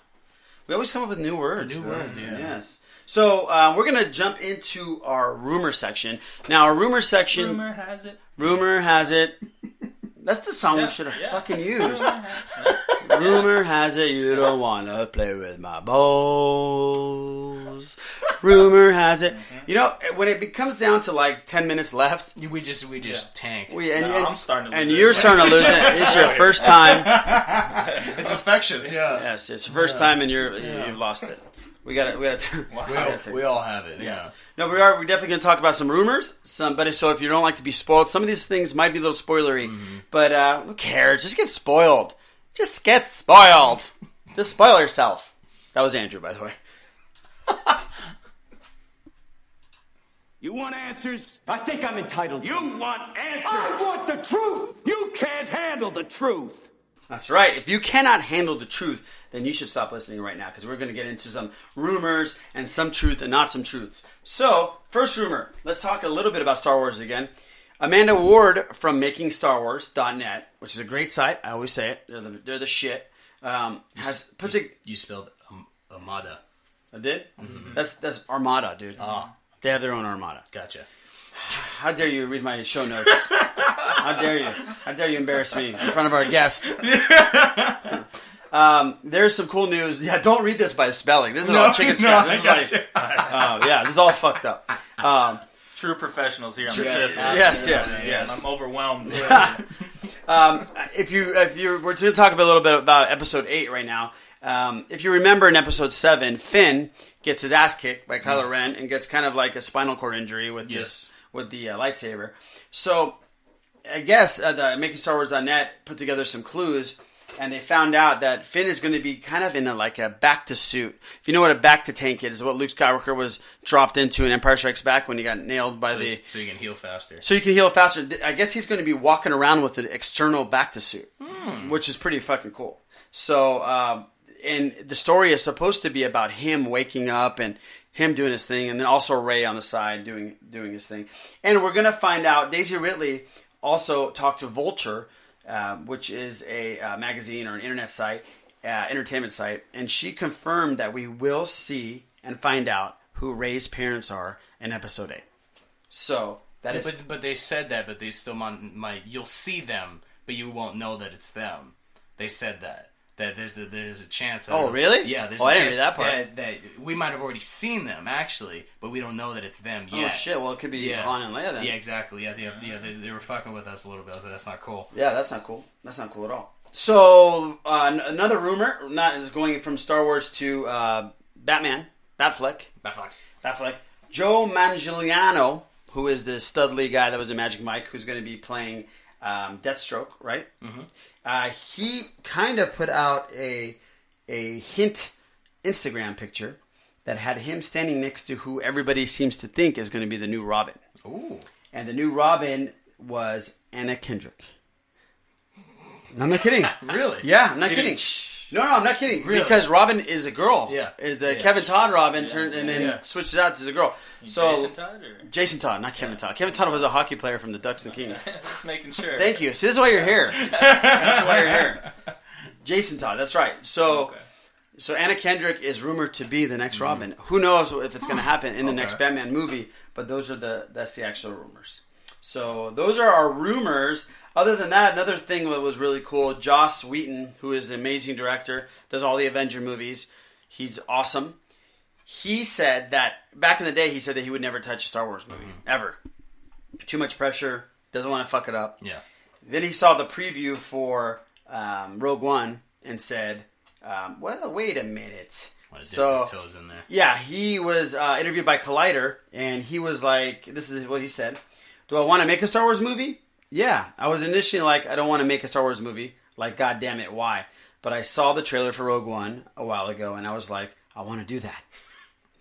Speaker 5: We always come up with new words.
Speaker 6: New
Speaker 5: bro.
Speaker 6: words, yeah.
Speaker 5: Yes. So uh, we're gonna jump into our rumor section now. Our rumor section. Rumor,
Speaker 7: Rumor has it.
Speaker 5: has it. That's the song we should have fucking used. Rumor has it you don't wanna play with my balls. Rumor has it.
Speaker 7: Mm-hmm.
Speaker 5: You know when it becomes down to like ten minutes left,
Speaker 6: We just we just tank.
Speaker 5: we and,
Speaker 7: No,
Speaker 5: and-
Speaker 7: I'm starting to
Speaker 5: and
Speaker 7: lose it.
Speaker 5: you're starting to lose it. It's your first time.
Speaker 6: it's infectious. Yeah.
Speaker 5: Yes, it's your first time, and you're you've lost it. We got to we got to.
Speaker 6: We all, we all have it. Yeah.
Speaker 5: No, we are. We're definitely going to talk about some rumors. Some, but so if you don't like to be spoiled, some of these things might be a little spoilery.
Speaker 6: Mm-hmm.
Speaker 5: But uh, who cares? Just get spoiled. Just get spoiled. Just spoil yourself. That was Andrew, by the way.
Speaker 3: You want answers? I think I'm entitled. You want answers? I want the truth. You can't handle the truth.
Speaker 5: That's right. If you cannot handle the truth, then you should stop listening right now because we're going to get into some rumors and some truth and not some truths. So, first rumor, let's talk a little bit about Star Wars again. Amanda Ward from MakingStarWars.net, which is a great site. I always say it. They're the, they're the shit. Um, has put
Speaker 6: You,
Speaker 5: the,
Speaker 6: you spelled um, Amada.
Speaker 5: I did. That's that's Armada, dude. They have their own Armada.
Speaker 6: Gotcha.
Speaker 5: How dare you read my show notes? How dare you? How dare you embarrass me in front of our guest? um, there's some cool news. Yeah, don't read this by spelling. This is all Oh, chicken scratch. This is like, oh, yeah, this is all fucked up. Um,
Speaker 7: True professionals here on the
Speaker 5: yes,
Speaker 7: ship.
Speaker 5: yes, yes,
Speaker 7: Man,
Speaker 5: yes.
Speaker 7: I'm overwhelmed.
Speaker 5: If you, if you, we're going to talk a little bit about episode eight right now. Um, if you remember in episode seven, Finn gets his ass kicked by Kylo Ren and gets kind of like a spinal cord injury with
Speaker 6: Yes.
Speaker 5: this with the uh, lightsaber. So I guess uh, the MakingStarWars.net put together some clues, and they found out that Finn is going to be kind of in a, like a back to suit. If you know what a back to tank is, is what Luke Skywalker was dropped into in Empire Strikes Back when he got nailed by
Speaker 6: so,
Speaker 5: the.
Speaker 6: you- so you can heal faster.
Speaker 5: So you can heal faster. Th- I guess he's going to be walking around with an external back to suit, which is pretty fucking cool. So, um, and the story is supposed to be about him waking up and him doing his thing, and then also Ray on the side doing doing his thing. And we're gonna find out. Daisy Ridley also talked to Vulture, uh, which is a uh, magazine or an internet site, uh, entertainment site, and she confirmed that we will see and find out who Ray's parents are in Episode Eight. So that is.
Speaker 6: But but they said that, but they still might, might you'll see them, but you won't know that it's them. They said that that there's a, there's a chance. That
Speaker 5: Oh, really?
Speaker 6: Yeah. There's
Speaker 5: Oh,
Speaker 6: a
Speaker 5: I didn't
Speaker 6: chance
Speaker 5: hear that part.
Speaker 6: That, that we might have already seen them actually, but we don't know that it's them
Speaker 5: Oh
Speaker 6: yet.
Speaker 5: shit! Well, it could be
Speaker 6: Yeah.
Speaker 5: Han and Leia then.
Speaker 6: Yeah, exactly. Yeah, they, yeah, they, they were fucking with us a little bit. I was like, that's not cool.
Speaker 5: Yeah, that's not cool. That's not cool at all. So uh, n- another rumor, not is going from Star Wars to uh, Batman, Batfleck,
Speaker 6: But fuck.
Speaker 5: Batfleck. Joe Manganiello, who is the Studley guy that was in Magic Mike, who's going to be playing um, Deathstroke, right? Mm-hmm. Uh, he kind of put out a a hint Instagram picture that had him standing next to who everybody seems to think is going to be the new Robin.
Speaker 6: Ooh.
Speaker 5: and the new Robin was Anna Kendrick. No, I'm not kidding.
Speaker 6: Really?
Speaker 5: Yeah, I'm not
Speaker 6: Dude.
Speaker 5: kidding. No, no, I'm not kidding.
Speaker 6: Really?
Speaker 5: Because Robin is a girl.
Speaker 6: Yeah.
Speaker 5: Uh, The Kevin Todd Robin turned and then
Speaker 6: yeah.
Speaker 5: switches out to the girl. So
Speaker 7: Jason Todd or
Speaker 5: Jason Todd, not Kevin Todd. Kevin Todd was a hockey player from the Ducks and Kings.
Speaker 7: just making sure.
Speaker 5: Thank you. See, this is why you're here. this is why you're here. Jason Todd. That's right. So, so Anna Kendrick is rumored to be the next Robin. Who knows if it's going to happen in the next Batman movie? But those are the that's the actual rumors. So those are our rumors. Other than that, another thing that was really cool: Joss Wheaton, who is the amazing director, does all the Avenger movies. He's awesome. He said that back in the day, he said that he would never touch a Star Wars movie ever. Too much pressure. Doesn't want to fuck it up.
Speaker 6: Yeah.
Speaker 5: Then he saw the preview for um, Rogue One and said, um, "Well, wait a minute."
Speaker 6: Wanna dip
Speaker 5: So
Speaker 6: his toes in there.
Speaker 5: yeah, he was uh, interviewed by Collider, and he was like, "This is what he said: Do I want to make a Star Wars movie? Yeah, I was initially like, I don't want to make a Star Wars movie. Like, god damn it, why? But I saw the trailer for Rogue One a while ago, and I was like, I want to do that.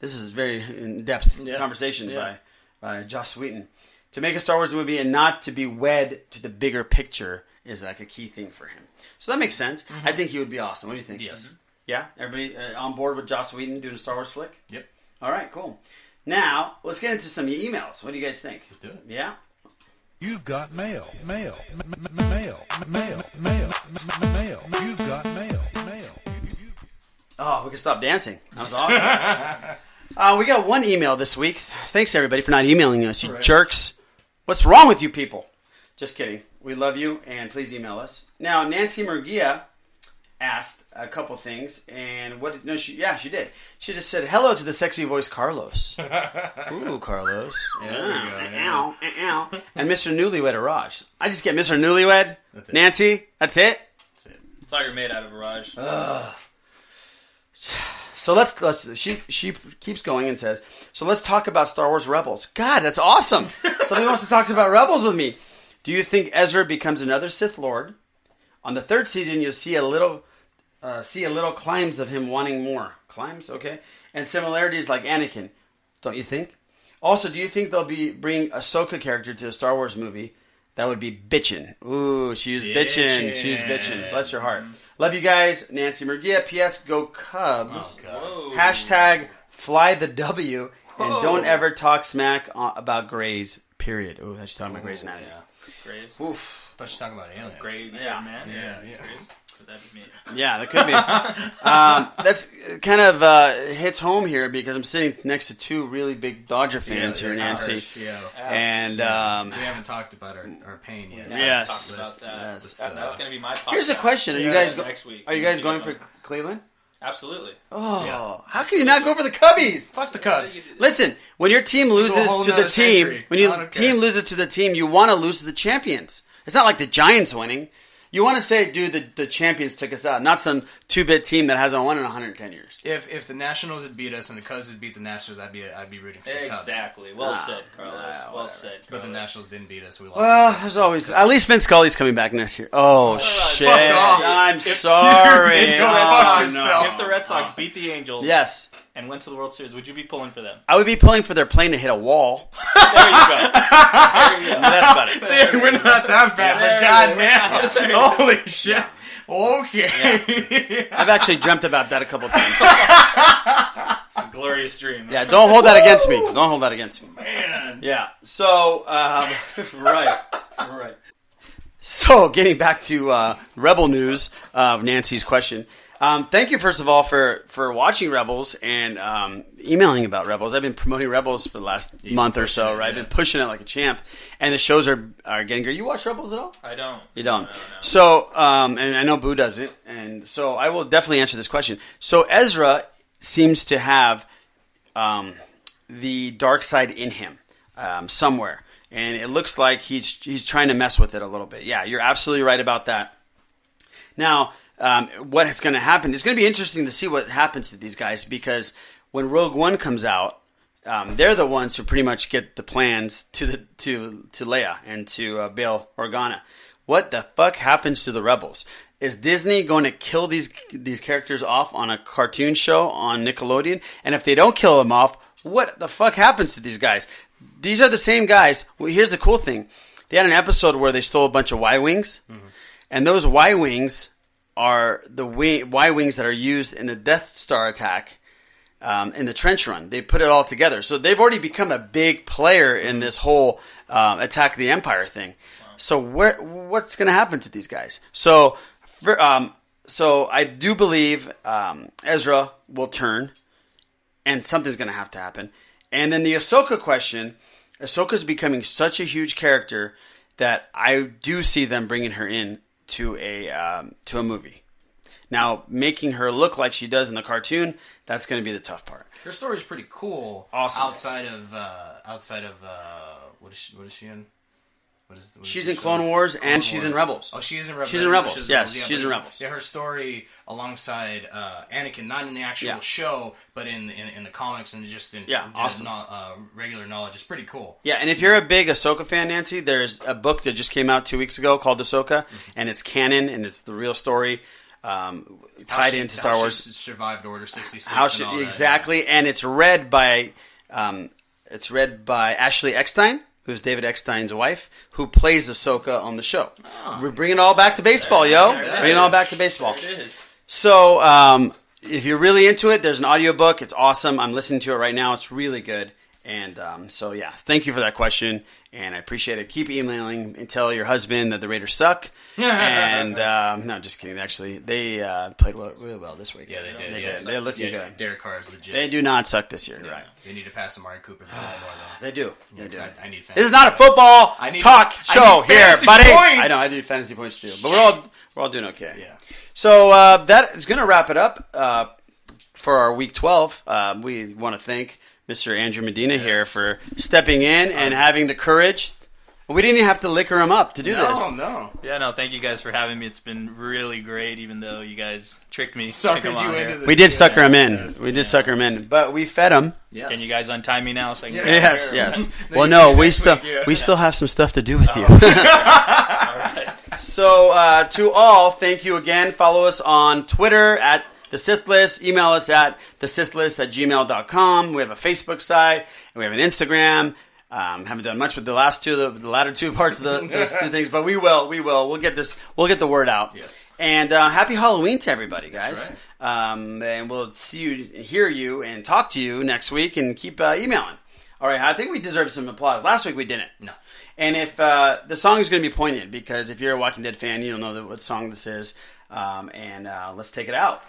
Speaker 5: This is very in-depth conversation by by Joss Whedon. To make a Star Wars movie and not to be wed to the bigger picture is like a key thing for him. So that makes sense. I think he would be awesome. What do you think?
Speaker 6: Yes.
Speaker 5: Yeah, everybody uh, on board with Joss Whedon doing a Star Wars flick?
Speaker 6: Yep.
Speaker 5: All right, cool. Now, let's get into some emails. What do you guys think? Let's
Speaker 6: do it.
Speaker 5: Yeah?
Speaker 10: You've got mail, mail, m- m- mail, mail, mail, m- m- mail. You've got mail, mail.
Speaker 5: Oh, we can stop dancing. That was awesome. uh, we got one email this week. Thanks, everybody, for not emailing us, you jerks. What's wrong with you people? Just kidding. We love you, and please email us. Now, Nancy Murgia asked a couple things, and what? No, she yeah, she did. She just said hello to the sexy voice Carlos. Ooh, Carlos. Ow, ow, ow. And Mr. Newlywed Araj. I just get Mr. Newlywed.
Speaker 6: it.
Speaker 5: Nancy, that's it.
Speaker 7: That's all you're made out of, Raj.
Speaker 5: Uh, So let's let's she she keeps going and says, so let's talk about Star Wars Rebels. God, that's awesome. Somebody wants to talk about Rebels with me. Do you think Ezra becomes another Sith Lord? On the third season, you'll see a little uh, see a little climbs of him wanting more climbs, okay, and similarities like Anakin, don't you think? Also, do you think they'll be bring Ahsoka character to a Star Wars movie? That would be bitchin'. Ooh, she was bitchin'. She was bitchin'. Bless your heart. Love you guys, Nancy Murgia. P.S. Go Cubs. Hashtag fly the W and don't ever talk smack on, about Grays. Period. Ooh, that's just talking about Grays Anatomy.
Speaker 7: Graves.
Speaker 5: Oof.
Speaker 6: I thought you were talking about aliens.
Speaker 7: Grave
Speaker 5: Yeah.
Speaker 7: man.
Speaker 6: Yeah, yeah.
Speaker 7: Graves. But that'd be me.
Speaker 5: Yeah, that could be. um, that's kind of uh, hits home here because I'm sitting next to two really big Dodger fans here, Nancy.
Speaker 6: Yeah.
Speaker 5: And um,
Speaker 6: We haven't talked about our, our pain yet.
Speaker 5: Yes.
Speaker 7: Talked about that.
Speaker 5: Yes.
Speaker 7: That- That's gonna be my podcast.
Speaker 5: uh, here's a question: Are you guys go-
Speaker 7: next week?
Speaker 5: are you guys going for
Speaker 7: We'll do
Speaker 5: Cl- Cleveland?
Speaker 7: it. Absolutely.
Speaker 5: Oh, how can you not go for the Cubbies?
Speaker 6: Fuck the Cubs.
Speaker 5: Listen, when your team loses
Speaker 6: whole
Speaker 5: to the
Speaker 6: nother
Speaker 5: team,
Speaker 6: century.
Speaker 5: when your
Speaker 6: I don't care.
Speaker 5: team loses to the team, you want to lose to the champions. It's not like the Giants winning. You want to say, dude, the, the champions took us out, not some two bit team that hasn't won in 110 years.
Speaker 6: If if the Nationals had beat us and the Cubs had beat the Nationals, I'd be I'd be rooting for the Cubs.
Speaker 7: Exactly. Well
Speaker 5: Ah,
Speaker 7: said, Carlos. well said,
Speaker 6: But
Speaker 7: Carlos.
Speaker 6: the Nationals didn't beat us. We lost.
Speaker 5: Well, there's always at least Vince Scully's coming back next year. Oh shit!
Speaker 7: off.
Speaker 5: I'm sorry.
Speaker 7: if the
Speaker 5: Oh,
Speaker 7: Red Sox,
Speaker 5: no.
Speaker 7: if the Red Sox
Speaker 5: Ah.
Speaker 7: beat the Angels
Speaker 5: yes,
Speaker 7: and went to the World Series, would you be pulling for them?
Speaker 5: I would be pulling for their plane to hit a wall.
Speaker 7: There you go. There you go.
Speaker 5: That's about it.
Speaker 6: we're not that
Speaker 7: bad, but
Speaker 6: goddamn! Holy shit! Okay.
Speaker 5: I've actually dreamt about that a couple times.
Speaker 7: It's a glorious dream.
Speaker 5: Yeah, don't hold that against me. Don't hold that against me. Yeah. So, um, right, right. So, getting back to uh, Rebel news, uh, Nancy's question. Um, thank you, first of all, for for watching Rebels and um, emailing about Rebels. I've been promoting Rebels for the last month or so, right? I've been pushing it like a champ, and the shows are are getting good. You watch Rebels at all?
Speaker 7: I don't.
Speaker 5: You don't. So, um, and I know Boo does it, and so I will definitely answer this question. So Ezra seems to have um, the dark side in him um, somewhere, and it looks like he's he's trying to mess with it a little bit. Yeah, you're absolutely right about that. Now, um, what is going to happen? It's going to be interesting to see what happens to these guys because when Rogue One comes out, um, they're the ones who pretty much get the plans to the to to Leia and to uh, Bail Organa. What the fuck happens to the Rebels? Is Disney going to kill these these characters off on a cartoon show on Nickelodeon? And if they don't kill them off, what the fuck happens to these guys? These are the same guys. Well, here's the cool thing: they had an episode where they stole a bunch of Y wings. And those Y wings are the Y wings that are used in the Death Star attack um, in the trench run. They put it all together, so they've already become a big player in this whole um, attack of the Empire thing. So where what's going to happen to these guys? So for, um, so I do believe um, Ezra will turn, and something's going to have to happen. And then the Ahsoka question. Ahsoka's becoming such a huge character that I do see them bringing her in to a um, to a movie. Now, making her look like she does in the cartoon, that's going to be the tough part.
Speaker 6: Her story's pretty cool.
Speaker 5: Awesome.
Speaker 6: Outside of uh, outside of uh, what is she, what is she in? What is, what is
Speaker 5: She's
Speaker 6: the
Speaker 5: in
Speaker 6: show?
Speaker 5: Clone Wars and she's in Rebels.
Speaker 6: Oh, she is in Rebels.
Speaker 5: She's in
Speaker 6: I didn't know
Speaker 5: Rebels.
Speaker 6: she was
Speaker 5: Yes,
Speaker 6: Yeah,
Speaker 5: she's
Speaker 6: but-
Speaker 5: in Rebels.
Speaker 6: Yeah, her story alongside uh, Anakin, not in the actual
Speaker 5: Yeah.
Speaker 6: show, but in, in in the comics and just in
Speaker 5: Yeah,
Speaker 6: just
Speaker 5: awesome.
Speaker 6: no- uh, regular knowledge. It's pretty cool.
Speaker 5: Yeah, and if you're a big Ahsoka fan, Nancy, there's a book that just came out two weeks ago called Ahsoka,
Speaker 6: Mm-hmm.
Speaker 5: and it's canon and it's the real story um,
Speaker 6: How
Speaker 5: tied
Speaker 6: she-
Speaker 5: into
Speaker 6: how
Speaker 5: Star
Speaker 6: she
Speaker 5: Wars.
Speaker 6: s- survived Order sixty six.
Speaker 5: How should exactly? And it's read by um, it's read by Ashley Eckstein, who's David Eckstein's wife, who plays Ahsoka on the show. We're bringing it all back to baseball, yo!
Speaker 7: Ah. There it
Speaker 5: Bringing it
Speaker 7: is.
Speaker 5: all back to baseball.
Speaker 7: It is.
Speaker 5: So, um, if you're really into it, there's an audiobook. It's awesome. I'm listening to it right now. It's really good. And um, so, yeah, thank you for that question. And I appreciate it. Keep emailing and tell your husband that the Raiders suck. and um, no, just kidding. Actually, they uh, played well, really well this week.
Speaker 6: Yeah, they did.
Speaker 5: They,
Speaker 6: yeah.
Speaker 5: did. they looked
Speaker 6: yeah,
Speaker 5: good.
Speaker 6: Derek Carr is legit.
Speaker 5: They do not suck this year. Right.
Speaker 6: They need to pass Amari Cooper for a lot more though.
Speaker 5: They do. They do.
Speaker 6: 'Cause I, I need
Speaker 5: This is not a football
Speaker 6: I need-
Speaker 5: talk
Speaker 6: I
Speaker 5: show
Speaker 6: need
Speaker 5: here,
Speaker 6: fantasy
Speaker 5: buddy.
Speaker 6: points.
Speaker 5: I know I do fantasy points too, but we're all we're all doing okay.
Speaker 6: Yeah.
Speaker 5: So uh, that is going to wrap it up uh, for our week twelve. Um, we want to thank Mr. Andrew Medina here for stepping in
Speaker 6: Um,
Speaker 5: and having the courage. We didn't even have to liquor him up to do
Speaker 6: Oh
Speaker 5: this.
Speaker 6: no!
Speaker 7: Yeah, no, thank you guys for having me. It's been really great, even though you guys tricked me. to come
Speaker 6: Suckered
Speaker 7: on
Speaker 6: you
Speaker 7: here.
Speaker 6: into the.
Speaker 5: We did sucker him in. we did sucker him in, but we fed him.
Speaker 6: Yes.
Speaker 7: Can you guys untie me now so I can
Speaker 6: Yeah.
Speaker 5: Yes,
Speaker 6: Sure.
Speaker 5: yes.
Speaker 6: Then
Speaker 5: well,
Speaker 6: you
Speaker 5: no,
Speaker 6: can
Speaker 5: we
Speaker 6: next
Speaker 5: still
Speaker 6: week, yeah. Oh,
Speaker 5: we still have some stuff to do with you. so uh, to all, thank you again. Follow us on Twitter at the Sith List. Email us at the Sith List at gmail.com. We have a Facebook site and we have an Instagram. Um, haven't done much with the last two, the, the latter two parts of the, those two things, but we will, we will, we'll get this, we'll get the word out.
Speaker 6: Yes.
Speaker 5: And uh, happy Halloween to everybody, guys. Um, and we'll see you, hear you, and talk to you next week. And keep uh, emailing. All right, I think we deserve some applause. Last week we didn't. No. And if uh, the song is going to be poignant, because if you're a Walking Dead fan, you'll know that what song this is. Um, and uh, let's take it out.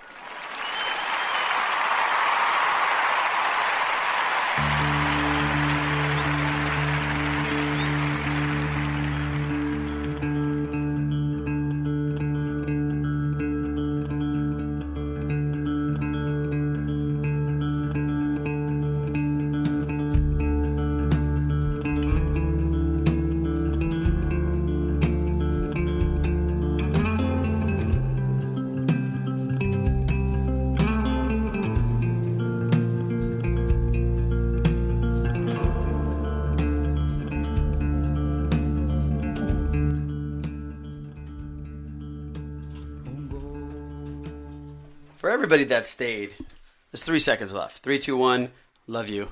Speaker 5: For everybody that stayed, there's three seconds left. Three, two, one. Love you.